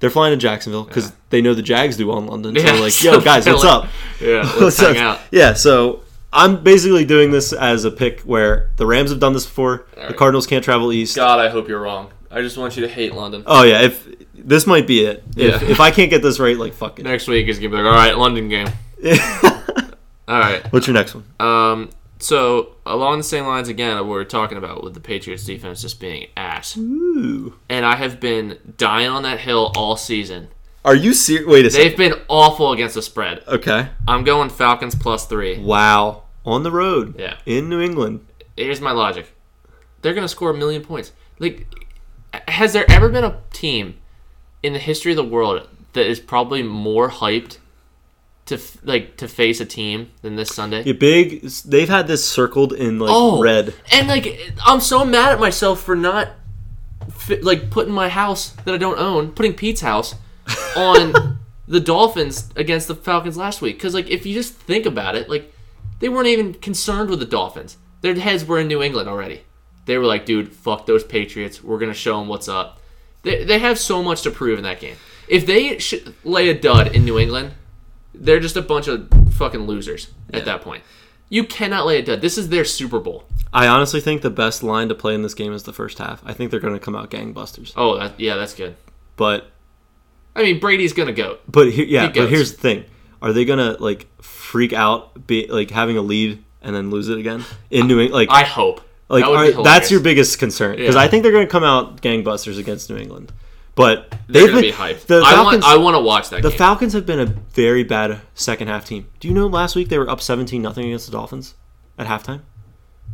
Speaker 3: They're flying to Jacksonville because they know the Jags do on London. So
Speaker 2: Yeah,
Speaker 3: they're like,
Speaker 2: so
Speaker 3: yo, guys,
Speaker 2: they're
Speaker 3: what's
Speaker 2: like,
Speaker 3: up?
Speaker 2: Yeah. Let's
Speaker 3: What's
Speaker 2: hang
Speaker 3: up?
Speaker 2: out.
Speaker 3: Yeah. So I'm basically doing this as a pick where the Rams have done this before. The
Speaker 2: right.
Speaker 3: Cardinals can't travel east.
Speaker 2: God, I hope you're wrong. I just want you to hate London.
Speaker 3: Oh yeah, if this might be it. If,
Speaker 2: Yeah.
Speaker 3: if I can't get this right, like fuck it.
Speaker 2: Next week is gonna be like, all right, London game. all right.
Speaker 3: What's your next one?
Speaker 2: Um. So along the same lines again of what we were talking about with the Patriots defense just being ass,
Speaker 3: Ooh.
Speaker 2: and I have been dying on that hill all season.
Speaker 3: Are you serious? Wait a
Speaker 2: They've
Speaker 3: second.
Speaker 2: been awful against the spread.
Speaker 3: Okay.
Speaker 2: I'm going Falcons plus three.
Speaker 3: Wow. On the road.
Speaker 2: Yeah.
Speaker 3: In New England.
Speaker 2: Here's my logic. They're gonna score a million points. Like, has there ever been a team in the history of the world that is probably more hyped to f- like to face a team than this Sunday?
Speaker 3: Yeah, big. They've had this circled in like
Speaker 2: Oh.
Speaker 3: red.
Speaker 2: And like, I'm so mad at myself for not fi- like putting my house that I don't own, putting Pete's house on the Dolphins against the Falcons last week. Because like, if you just think about it, like they weren't even concerned with the Dolphins. Their heads were in New England already. They were like, dude, fuck those Patriots. We're gonna show them what's up. They, they have so much to prove in that game. If they sh- lay a dud in New England, they're just a bunch of fucking losers at that point. You cannot lay a dud. This is their Super Bowl.
Speaker 3: I honestly think the best line to play in this game is the first half. I think they're going to come out gangbusters.
Speaker 2: Oh, that, yeah, that's good.
Speaker 3: But
Speaker 2: I mean, Brady's gonna go.
Speaker 3: but here, yeah.
Speaker 2: He
Speaker 3: but
Speaker 2: goes.
Speaker 3: here's the thing: Are they going to like freak out, be like having a lead and then lose it again in New England? Like
Speaker 2: I hope.
Speaker 3: like
Speaker 2: That would
Speaker 3: are-
Speaker 2: be hilarious.
Speaker 3: that's your biggest concern because
Speaker 2: Yeah.
Speaker 3: I think they're going to come out gangbusters against New England. But
Speaker 2: They're
Speaker 3: they've
Speaker 2: gonna
Speaker 3: been
Speaker 2: be hyped.
Speaker 3: The
Speaker 2: I
Speaker 3: Falcons,
Speaker 2: want I want to watch that
Speaker 3: the
Speaker 2: game.
Speaker 3: Falcons have been a very bad second half team. Do you know last week they were up seventeen nothing against the Dolphins at halftime?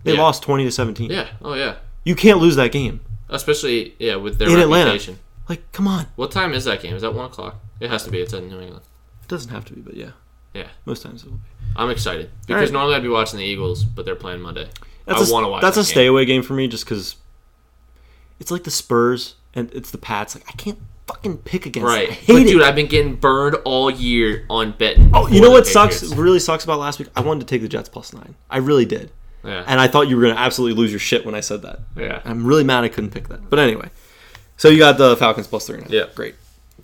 Speaker 3: They
Speaker 2: Yeah.
Speaker 3: lost twenty to seventeen.
Speaker 2: yeah. Oh yeah.
Speaker 3: You can't lose that game
Speaker 2: Especially yeah with their
Speaker 3: in
Speaker 2: reputation.
Speaker 3: Atlanta. Like, come on.
Speaker 2: What time is that game? Is that one o'clock? It has to be. It's in New England.
Speaker 3: It doesn't have to be, but yeah.
Speaker 2: Yeah.
Speaker 3: Most times it will be.
Speaker 2: I'm excited
Speaker 3: All
Speaker 2: because
Speaker 3: right.
Speaker 2: normally I'd be watching the Eagles, but they're playing Monday.
Speaker 3: That's
Speaker 2: I
Speaker 3: a-
Speaker 2: want to watch.
Speaker 3: That's
Speaker 2: that
Speaker 3: a
Speaker 2: game.
Speaker 3: stay away game for me, just because it's like the Spurs and it's the Pats. Like I can't fucking pick against. Right,
Speaker 2: Right,
Speaker 3: I
Speaker 2: but
Speaker 3: hate
Speaker 2: dude,
Speaker 3: it.
Speaker 2: I've been getting burned all year on betting.
Speaker 3: oh,
Speaker 2: for
Speaker 3: you know
Speaker 2: the
Speaker 3: what sucks?
Speaker 2: Patriots.
Speaker 3: Really sucks about last week. I wanted to take the Jets plus nine. I really did,
Speaker 2: Yeah.
Speaker 3: and I thought you were gonna absolutely lose your shit when I said that.
Speaker 2: yeah,
Speaker 3: I'm really mad I couldn't pick that. But anyway, so you got the Falcons plus three. and a half.
Speaker 2: Yeah.
Speaker 3: great.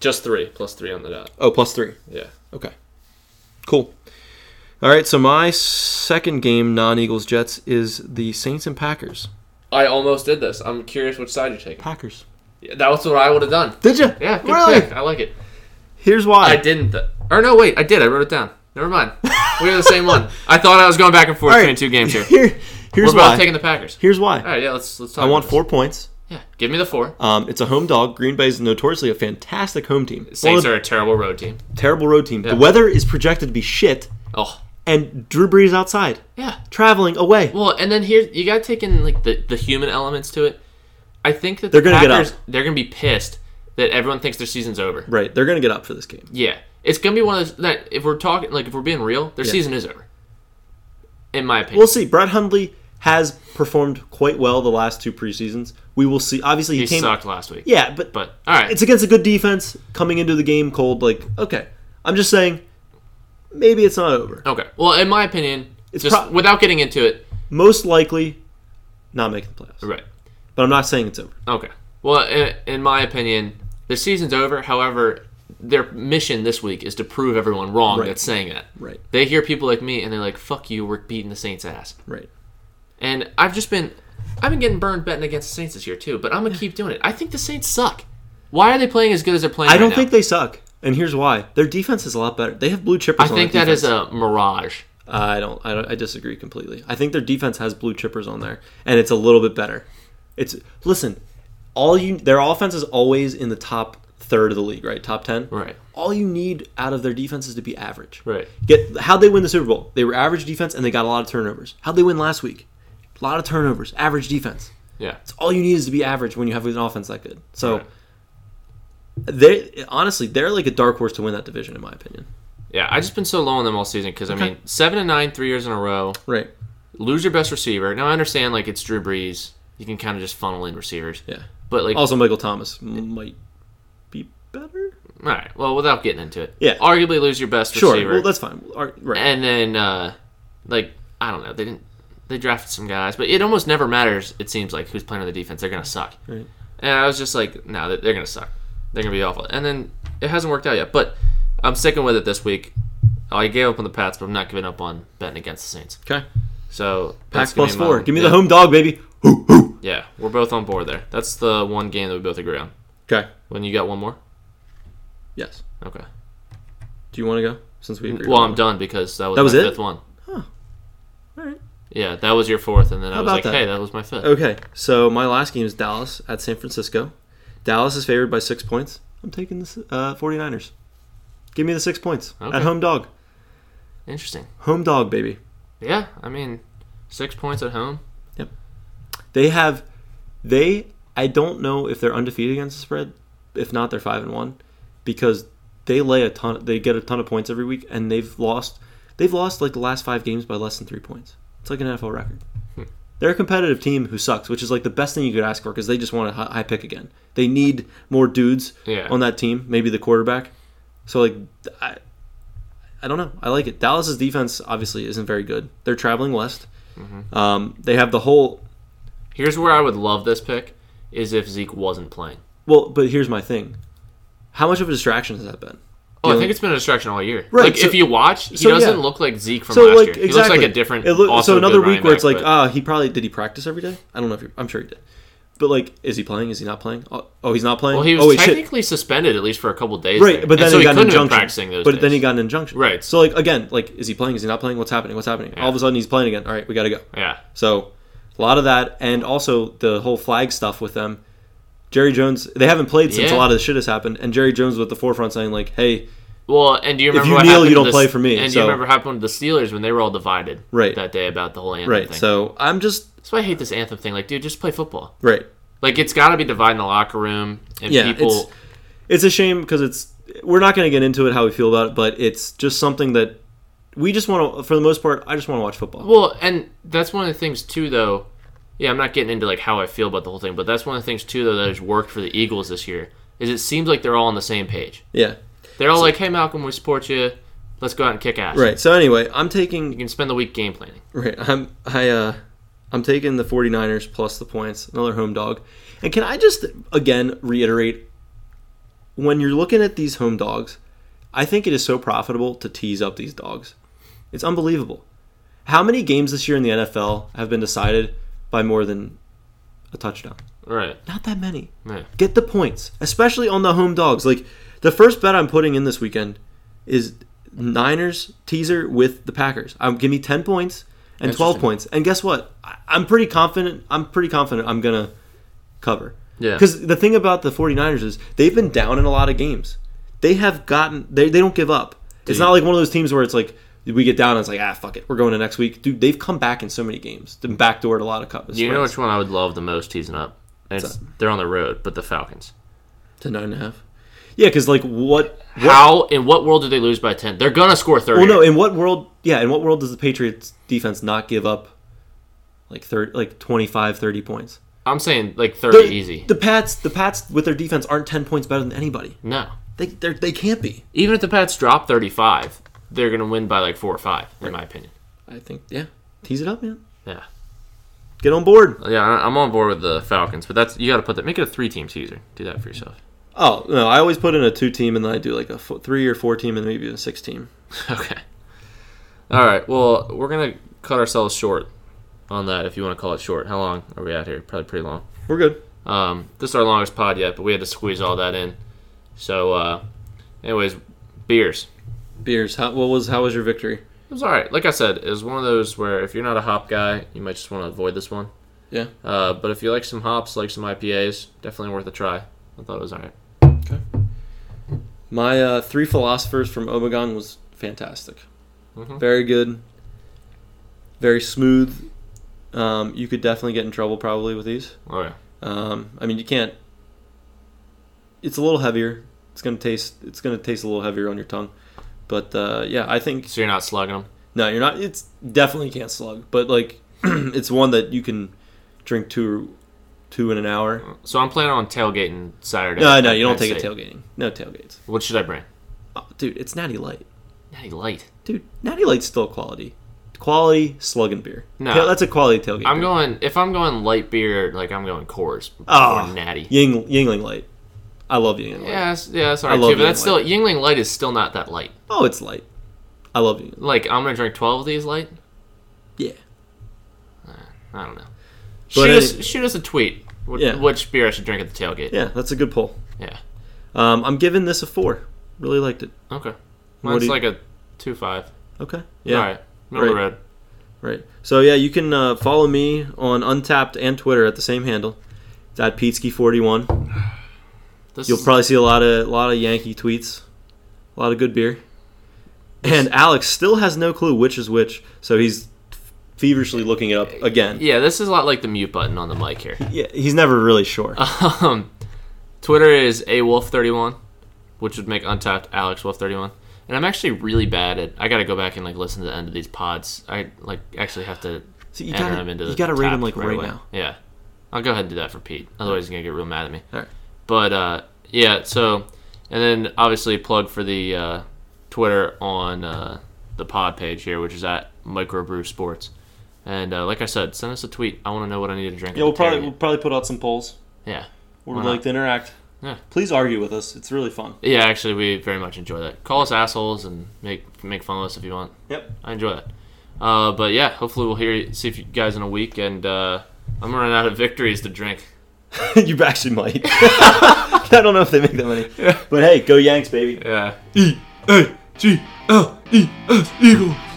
Speaker 2: just three plus three on the dot.
Speaker 3: Oh, plus three.
Speaker 2: Yeah,
Speaker 3: Okay. Cool. All right, so my second game, non Eagles Jets, is the Saints and Packers.
Speaker 2: I almost did this. I'm curious which side you're taking.
Speaker 3: Packers.
Speaker 2: Yeah, That was what I would have done.
Speaker 3: Did you?
Speaker 2: Yeah, good
Speaker 3: really?
Speaker 2: pick. I like it.
Speaker 3: Here's why.
Speaker 2: I didn't. th- or no, wait, I did. I wrote it down. Never mind. We are the same one. I thought I was going back and forth
Speaker 3: All right.
Speaker 2: between two games here.
Speaker 3: Here, here's
Speaker 2: We're both
Speaker 3: why.
Speaker 2: taking the Packers.
Speaker 3: here's why.
Speaker 2: All right, yeah, let's let's talk.
Speaker 3: I want
Speaker 2: about
Speaker 3: four points.
Speaker 2: this. Yeah, give me the four.
Speaker 3: Um, it's a home dog. Green Bay is notoriously a fantastic home team. One of
Speaker 2: Saints
Speaker 3: the
Speaker 2: are a terrible road team.
Speaker 3: terrible road team.
Speaker 2: Yeah.
Speaker 3: The weather is projected to be shit,
Speaker 2: Oh,
Speaker 3: and Drew Brees outside,
Speaker 2: yeah.
Speaker 3: traveling away.
Speaker 2: Well, and then here you got to take in like the, the human elements to it. I think that
Speaker 3: They're
Speaker 2: the
Speaker 3: gonna get
Speaker 2: Packers
Speaker 3: up.
Speaker 2: they're gonna be pissed that everyone thinks their season's over.
Speaker 3: right, they're gonna get up for this game.
Speaker 2: Yeah, it's gonna be one of those that if we're talking like if we're being real, their season is over. In my opinion,
Speaker 3: We'll see. Brad Hundley has performed quite well the last two preseasons. We will see. Obviously, he,
Speaker 2: he
Speaker 3: came.
Speaker 2: sucked last week.
Speaker 3: Yeah, but
Speaker 2: but all right,
Speaker 3: it's against a good defense coming into the game cold. Like, okay, I'm just saying, maybe it's not over.
Speaker 2: okay. Well, in my opinion,
Speaker 3: It's
Speaker 2: just
Speaker 3: pro-
Speaker 2: without getting into it,
Speaker 3: Most likely, not making the playoffs.
Speaker 2: right?
Speaker 3: But I'm not saying it's over.
Speaker 2: Okay. Well, in, in my opinion, the season's over. However, their mission this week is to prove everyone wrong
Speaker 3: Right.
Speaker 2: that's saying that.
Speaker 3: Right.
Speaker 2: They hear people like me and they're like, "Fuck you, we're beating the Saints' ass."
Speaker 3: Right.
Speaker 2: And I've just been I've been getting burned betting against the Saints this year too, but I'm gonna keep doing it. I think the Saints suck. Why are they playing as good as they're playing?
Speaker 3: I don't
Speaker 2: right
Speaker 3: think
Speaker 2: now?
Speaker 3: they suck, and here's why: their defense is a lot better. They have blue chippers.
Speaker 2: I think
Speaker 3: on their
Speaker 2: that is
Speaker 3: defense.
Speaker 2: a mirage.
Speaker 3: I don't. I don't. I disagree completely. I think their defense has blue chippers on there, and it's a little bit better. It's listen, all you their offense is always in the top third of the league, right? Top ten.
Speaker 2: Right.
Speaker 3: All you need out of their defense is to be average.
Speaker 2: Right.
Speaker 3: Get how'd they win the Super Bowl? They were average defense and they got a lot of turnovers. How'd they win last week? A lot of turnovers. Average defense.
Speaker 2: Yeah.
Speaker 3: all you need is to be average when you have an offense that good. So
Speaker 2: Right.
Speaker 3: they honestly, they're like a dark horse to win that division, in my opinion.
Speaker 2: Yeah. I've just been so low on them all season because I mean seven and nine three years in a row.
Speaker 3: Right.
Speaker 2: Lose your best receiver. Now I understand like it's Drew Brees. You can kind of just funnel in receivers.
Speaker 3: Yeah.
Speaker 2: But like
Speaker 3: Also, Michael Thomas might be better.
Speaker 2: all right, well without getting into it.
Speaker 3: Yeah.
Speaker 2: Arguably lose your best
Speaker 3: Sure.
Speaker 2: receiver.
Speaker 3: Well, that's fine. Ar- Right.
Speaker 2: and then uh like I don't know, they didn't they drafted some guys, but it almost never matters. It seems like who's playing on the defense, they're gonna suck.
Speaker 3: Right.
Speaker 2: And I was just like, no, they're, they're gonna suck. They're gonna be awful. And then it hasn't worked out yet, but I'm sticking with it this week. I gave up on the Pats, but I'm not giving up on betting against the Saints.
Speaker 3: Okay.
Speaker 2: So
Speaker 3: Pack
Speaker 2: that's
Speaker 3: plus
Speaker 2: gonna be
Speaker 3: four.
Speaker 2: my-
Speaker 3: Give me
Speaker 2: yeah,
Speaker 3: the home dog, baby. Hoo, hoo.
Speaker 2: Yeah, we're both on board there. That's the one game that we both agree on.
Speaker 3: Okay.
Speaker 2: When you got one more,
Speaker 3: Yes.
Speaker 2: okay.
Speaker 3: Do you want to go? Since we agreed
Speaker 2: Mm, Well,
Speaker 3: on
Speaker 2: I'm done because that was
Speaker 3: That was
Speaker 2: my
Speaker 3: it?
Speaker 2: fifth one.
Speaker 3: that. All right.
Speaker 2: Yeah, that was your fourth, and then I was
Speaker 3: about
Speaker 2: like,
Speaker 3: that? Oh.
Speaker 2: hey, that was my fifth.
Speaker 3: Okay. So my last game is Dallas at San Francisco. Dallas is favored by six points. I'm taking the uh, 49ers. Give me the six points
Speaker 2: Okay.
Speaker 3: at home dog.
Speaker 2: Interesting.
Speaker 3: Home dog, baby.
Speaker 2: Yeah, I mean, six points at home.
Speaker 3: They have they I don't know if they're undefeated against the spread. If not, they're five and one because they lay a ton they get a ton of points every week and they've lost they've lost like the last five games by less than three points. It's like an NFL record. They're a competitive team who sucks, which is like the best thing you could ask for because they just want a hi- high pick again. They need more dudes
Speaker 2: Yeah.
Speaker 3: on that team, maybe the quarterback. So like, I, I don't know. I like it. Dallas's defense obviously isn't very good. They're traveling west. Um, they have the whole
Speaker 2: Here's where I would love this pick is if Zeke wasn't playing.
Speaker 3: Well, but here's my thing. How much of a distraction has that been?
Speaker 2: Oh, I
Speaker 3: Yeah.
Speaker 2: think it's been a distraction all year.
Speaker 3: Right,
Speaker 2: Like
Speaker 3: so-
Speaker 2: if you watch, he
Speaker 3: so, yeah.
Speaker 2: doesn't look like Zeke from
Speaker 3: so
Speaker 2: last
Speaker 3: like
Speaker 2: year. He looks
Speaker 3: exactly,
Speaker 2: like a different.
Speaker 3: It look-
Speaker 2: also
Speaker 3: so
Speaker 2: good
Speaker 3: another
Speaker 2: running
Speaker 3: week where it's
Speaker 2: back,
Speaker 3: like,
Speaker 2: but-
Speaker 3: ah, he probably did he practice every day? I don't know if he, I'm sure he did, but like, is he playing? Is he not playing? Oh, oh, he's not playing.
Speaker 2: well, he was
Speaker 3: oh, wait, shit.
Speaker 2: technically suspended at least for a couple days.
Speaker 3: right,
Speaker 2: there.
Speaker 3: but then
Speaker 2: And so
Speaker 3: he
Speaker 2: he
Speaker 3: got
Speaker 2: couldn't have
Speaker 3: an
Speaker 2: been
Speaker 3: injunction.
Speaker 2: practicing those.
Speaker 3: but then
Speaker 2: days.
Speaker 3: he got an injunction.
Speaker 2: Right.
Speaker 3: So like again, like is he playing? Is he not playing? What's happening? What's happening? All of a sudden he's playing again. All right, we got to go.
Speaker 2: yeah,
Speaker 3: So a lot of that, and also the whole flag stuff with them. Jerry Jones. They haven't played since
Speaker 2: Yeah.
Speaker 3: a lot of this shit has happened, and Jerry Jones was at the forefront saying like, "Hey,
Speaker 2: Well, and do you remember
Speaker 3: you
Speaker 2: what
Speaker 3: kneel,
Speaker 2: happened to
Speaker 3: you don't
Speaker 2: the-
Speaker 3: play for me,
Speaker 2: And do
Speaker 3: so-
Speaker 2: you remember what happened to the Steelers when they were all divided
Speaker 3: Right.
Speaker 2: that day about the whole anthem
Speaker 3: right."
Speaker 2: thing?
Speaker 3: So I'm just
Speaker 2: That's why I hate this anthem thing. Like, dude, just play football.
Speaker 3: right.
Speaker 2: Like, it's got to be dividing the locker room and
Speaker 3: Yeah,
Speaker 2: people.
Speaker 3: it's it's a shame because it's we're not going to get into it how we feel about it, but it's just something that we just want to. For the most part, I just want to watch football.
Speaker 2: Well, and that's one of the things too, though. Yeah, I'm not getting into like how I feel about the whole thing, but that's one of the things too, though, that has worked for the Eagles this year. Is it seems like they're all on the same page.
Speaker 3: yeah,
Speaker 2: They're all like, "Hey, Malcolm, we support you. Let's go out and kick ass."
Speaker 3: right. So anyway, I'm
Speaker 2: You
Speaker 3: taking
Speaker 2: can spend the week game planning.
Speaker 3: right. I'm I uh I'm taking the 49ers plus the points, another home dog. And can I just again reiterate when you're looking at these home dogs, I think it is so profitable to tease up these dogs. It's unbelievable. How many games this year in the NFL have been decided by more than a touchdown?
Speaker 2: Right.
Speaker 3: Not that many.
Speaker 2: Yeah.
Speaker 3: Get the points, especially on the home dogs. Like the first bet I'm putting in this weekend is Niners teaser with the Packers. Um, give me ten points and twelve
Speaker 2: Interesting.
Speaker 3: points. And guess what? I, I'm pretty confident. I'm pretty confident. I'm gonna cover.
Speaker 2: Yeah.
Speaker 3: Because the thing about the 49ers is they've been down in a lot of games. They have gotten. They they don't give up. It's not like one of those teams where it's like. We get down and it's like ah fuck it we're going to next week dude they've come back in so many games They've backdoored a lot of cup
Speaker 2: Do you know which one I would love the most teasing up? And It's, they're on the road, but the Falcons.
Speaker 3: to nine and a half yeah because like what
Speaker 2: How in what world did they lose by ten? They're gonna score thirty.
Speaker 3: Well, no. In what world? Yeah. In what world does the Patriots defense not give up like 30, like 25, 30 points?
Speaker 2: I'm saying like thirty
Speaker 3: The-
Speaker 2: easy.
Speaker 3: The Pats, the Pats with their defense aren't ten points better than anybody.
Speaker 2: no,
Speaker 3: They they're- they can't be.
Speaker 2: even if the Pats drop thirty-five, they're gonna win by like four or five, in my opinion.
Speaker 3: I think. Yeah. Tease it up, man.
Speaker 2: Yeah,
Speaker 3: Get on board.
Speaker 2: yeah, I- I'm on board with the Falcons, but that's you got to put that. Make it a three-team teaser. Do that for yourself.
Speaker 3: Oh no, I always put in a two team and then I do like a fo- three or four team and maybe even six team.
Speaker 2: Okay. All right. Well, we're gonna cut ourselves short on that, if you want to call it short. How long are we out here? Probably pretty long.
Speaker 3: We're good.
Speaker 2: Um, this is our longest pod yet, but we had to squeeze all that in. So, uh, anyways, beers.
Speaker 3: Beers. How what was how was your victory?
Speaker 2: It was all right. Like I said, it was one of those where if you're not a hop guy, you might just want to avoid this one.
Speaker 3: Yeah.
Speaker 2: Uh, but if you like some hops, like some IPAs, definitely worth a try. I thought it was all right.
Speaker 3: My uh, three philosophers from Omegang was fantastic.
Speaker 2: Mhm.
Speaker 3: Very good. Very smooth. Um, you could definitely get in trouble probably with these.
Speaker 2: Oh yeah.
Speaker 3: Um, I mean, you can't. It's a little heavier. It's gonna taste. It's gonna taste a little heavier on your tongue. But uh, yeah, I think
Speaker 2: So you're not slugging them.
Speaker 3: no, you're not. It's definitely can't slug. But like, it's one that you can drink two, two in an hour.
Speaker 2: So I'm planning on tailgating Saturday.
Speaker 3: No,
Speaker 2: at
Speaker 3: no, you don't
Speaker 2: Penn
Speaker 3: take it
Speaker 2: State.
Speaker 3: tailgating. No tailgates.
Speaker 2: What should I bring?
Speaker 3: Oh, dude, it's Natty Light.
Speaker 2: Natty Light.
Speaker 3: Dude, Natty Light's still quality. Quality slugging beer.
Speaker 2: No.
Speaker 3: Yeah, that's a quality tailgate.
Speaker 2: I'm
Speaker 3: beer.
Speaker 2: going. If I'm going light beer, like I'm going Coors
Speaker 3: Oh.
Speaker 2: or Natty.
Speaker 3: Ying, Yingling Light. I love Yingling Light.
Speaker 2: Yes, yeah,
Speaker 3: I
Speaker 2: sorry
Speaker 3: love
Speaker 2: too, but that's
Speaker 3: Yingling
Speaker 2: still Yingling Light is still not that light.
Speaker 3: Oh, it's light. I love Yingling. Light.
Speaker 2: Like I'm gonna drink twelve of these light.
Speaker 3: Yeah.
Speaker 2: I don't know.
Speaker 3: But
Speaker 2: shoot, us,
Speaker 3: any-
Speaker 2: shoot us a tweet. What,
Speaker 3: Yeah.
Speaker 2: Which beer I should drink at the tailgate?
Speaker 3: Yeah, that's a good poll.
Speaker 2: Yeah.
Speaker 3: Um, I'm giving this a four. Really liked it.
Speaker 2: Okay.
Speaker 3: What
Speaker 2: Mine's
Speaker 3: do you-
Speaker 2: like a two five.
Speaker 3: Okay. Yeah.
Speaker 2: All right. Middle
Speaker 3: Right.
Speaker 2: of
Speaker 3: Right. So yeah, you can uh, follow me on Untapped and Twitter at the same handle. It's at Peteski41.
Speaker 2: the road.
Speaker 3: You'll probably see a lot of lot of Yankee tweets, a lot of good beer. And Alex still has no clue which is which, so he's feverishly looking it up again.
Speaker 2: Yeah, this is a lot like the mute button on the mic here.
Speaker 3: Yeah, he's never really sure.
Speaker 2: um, Twitter is a wolf 31 which would make Untapped Alex Wolf 31 And I'm actually really bad at. I got to go back and like listen to the end of these pods. I like actually have to
Speaker 3: So you
Speaker 2: enter
Speaker 3: gotta-
Speaker 2: them into
Speaker 3: you
Speaker 2: the.
Speaker 3: gotta rate
Speaker 2: tap
Speaker 3: them, like, right
Speaker 2: away.
Speaker 3: now.
Speaker 2: Yeah, I'll go ahead and do that for Pete. Otherwise, he's gonna get real mad at me.
Speaker 3: All right.
Speaker 2: But uh, yeah, so and then obviously plug for the uh, Twitter on uh, the pod page here, which is at Microbrew Sports. And uh, like I said, send us a tweet. I want to know what I need to drink.
Speaker 3: Yeah,
Speaker 2: at
Speaker 3: we'll
Speaker 2: the
Speaker 3: probably
Speaker 2: tailgate.
Speaker 3: we'll probably put out some polls.
Speaker 2: yeah.
Speaker 3: We'd
Speaker 2: Why
Speaker 3: like
Speaker 2: not?
Speaker 3: to interact.
Speaker 2: Yeah.
Speaker 3: Please argue with us. It's really fun.
Speaker 2: Yeah, actually, we very much enjoy that. Call us assholes and make make fun of us if you want.
Speaker 3: Yep.
Speaker 2: I enjoy that. Uh, but yeah, hopefully we'll hear you, see if you guys in a week. And uh, I'm running out of victories to drink.
Speaker 3: you actually might. I don't know if they make that many. But hey, go Yanks, baby.
Speaker 2: Yeah.
Speaker 5: E A G L E S Eagles.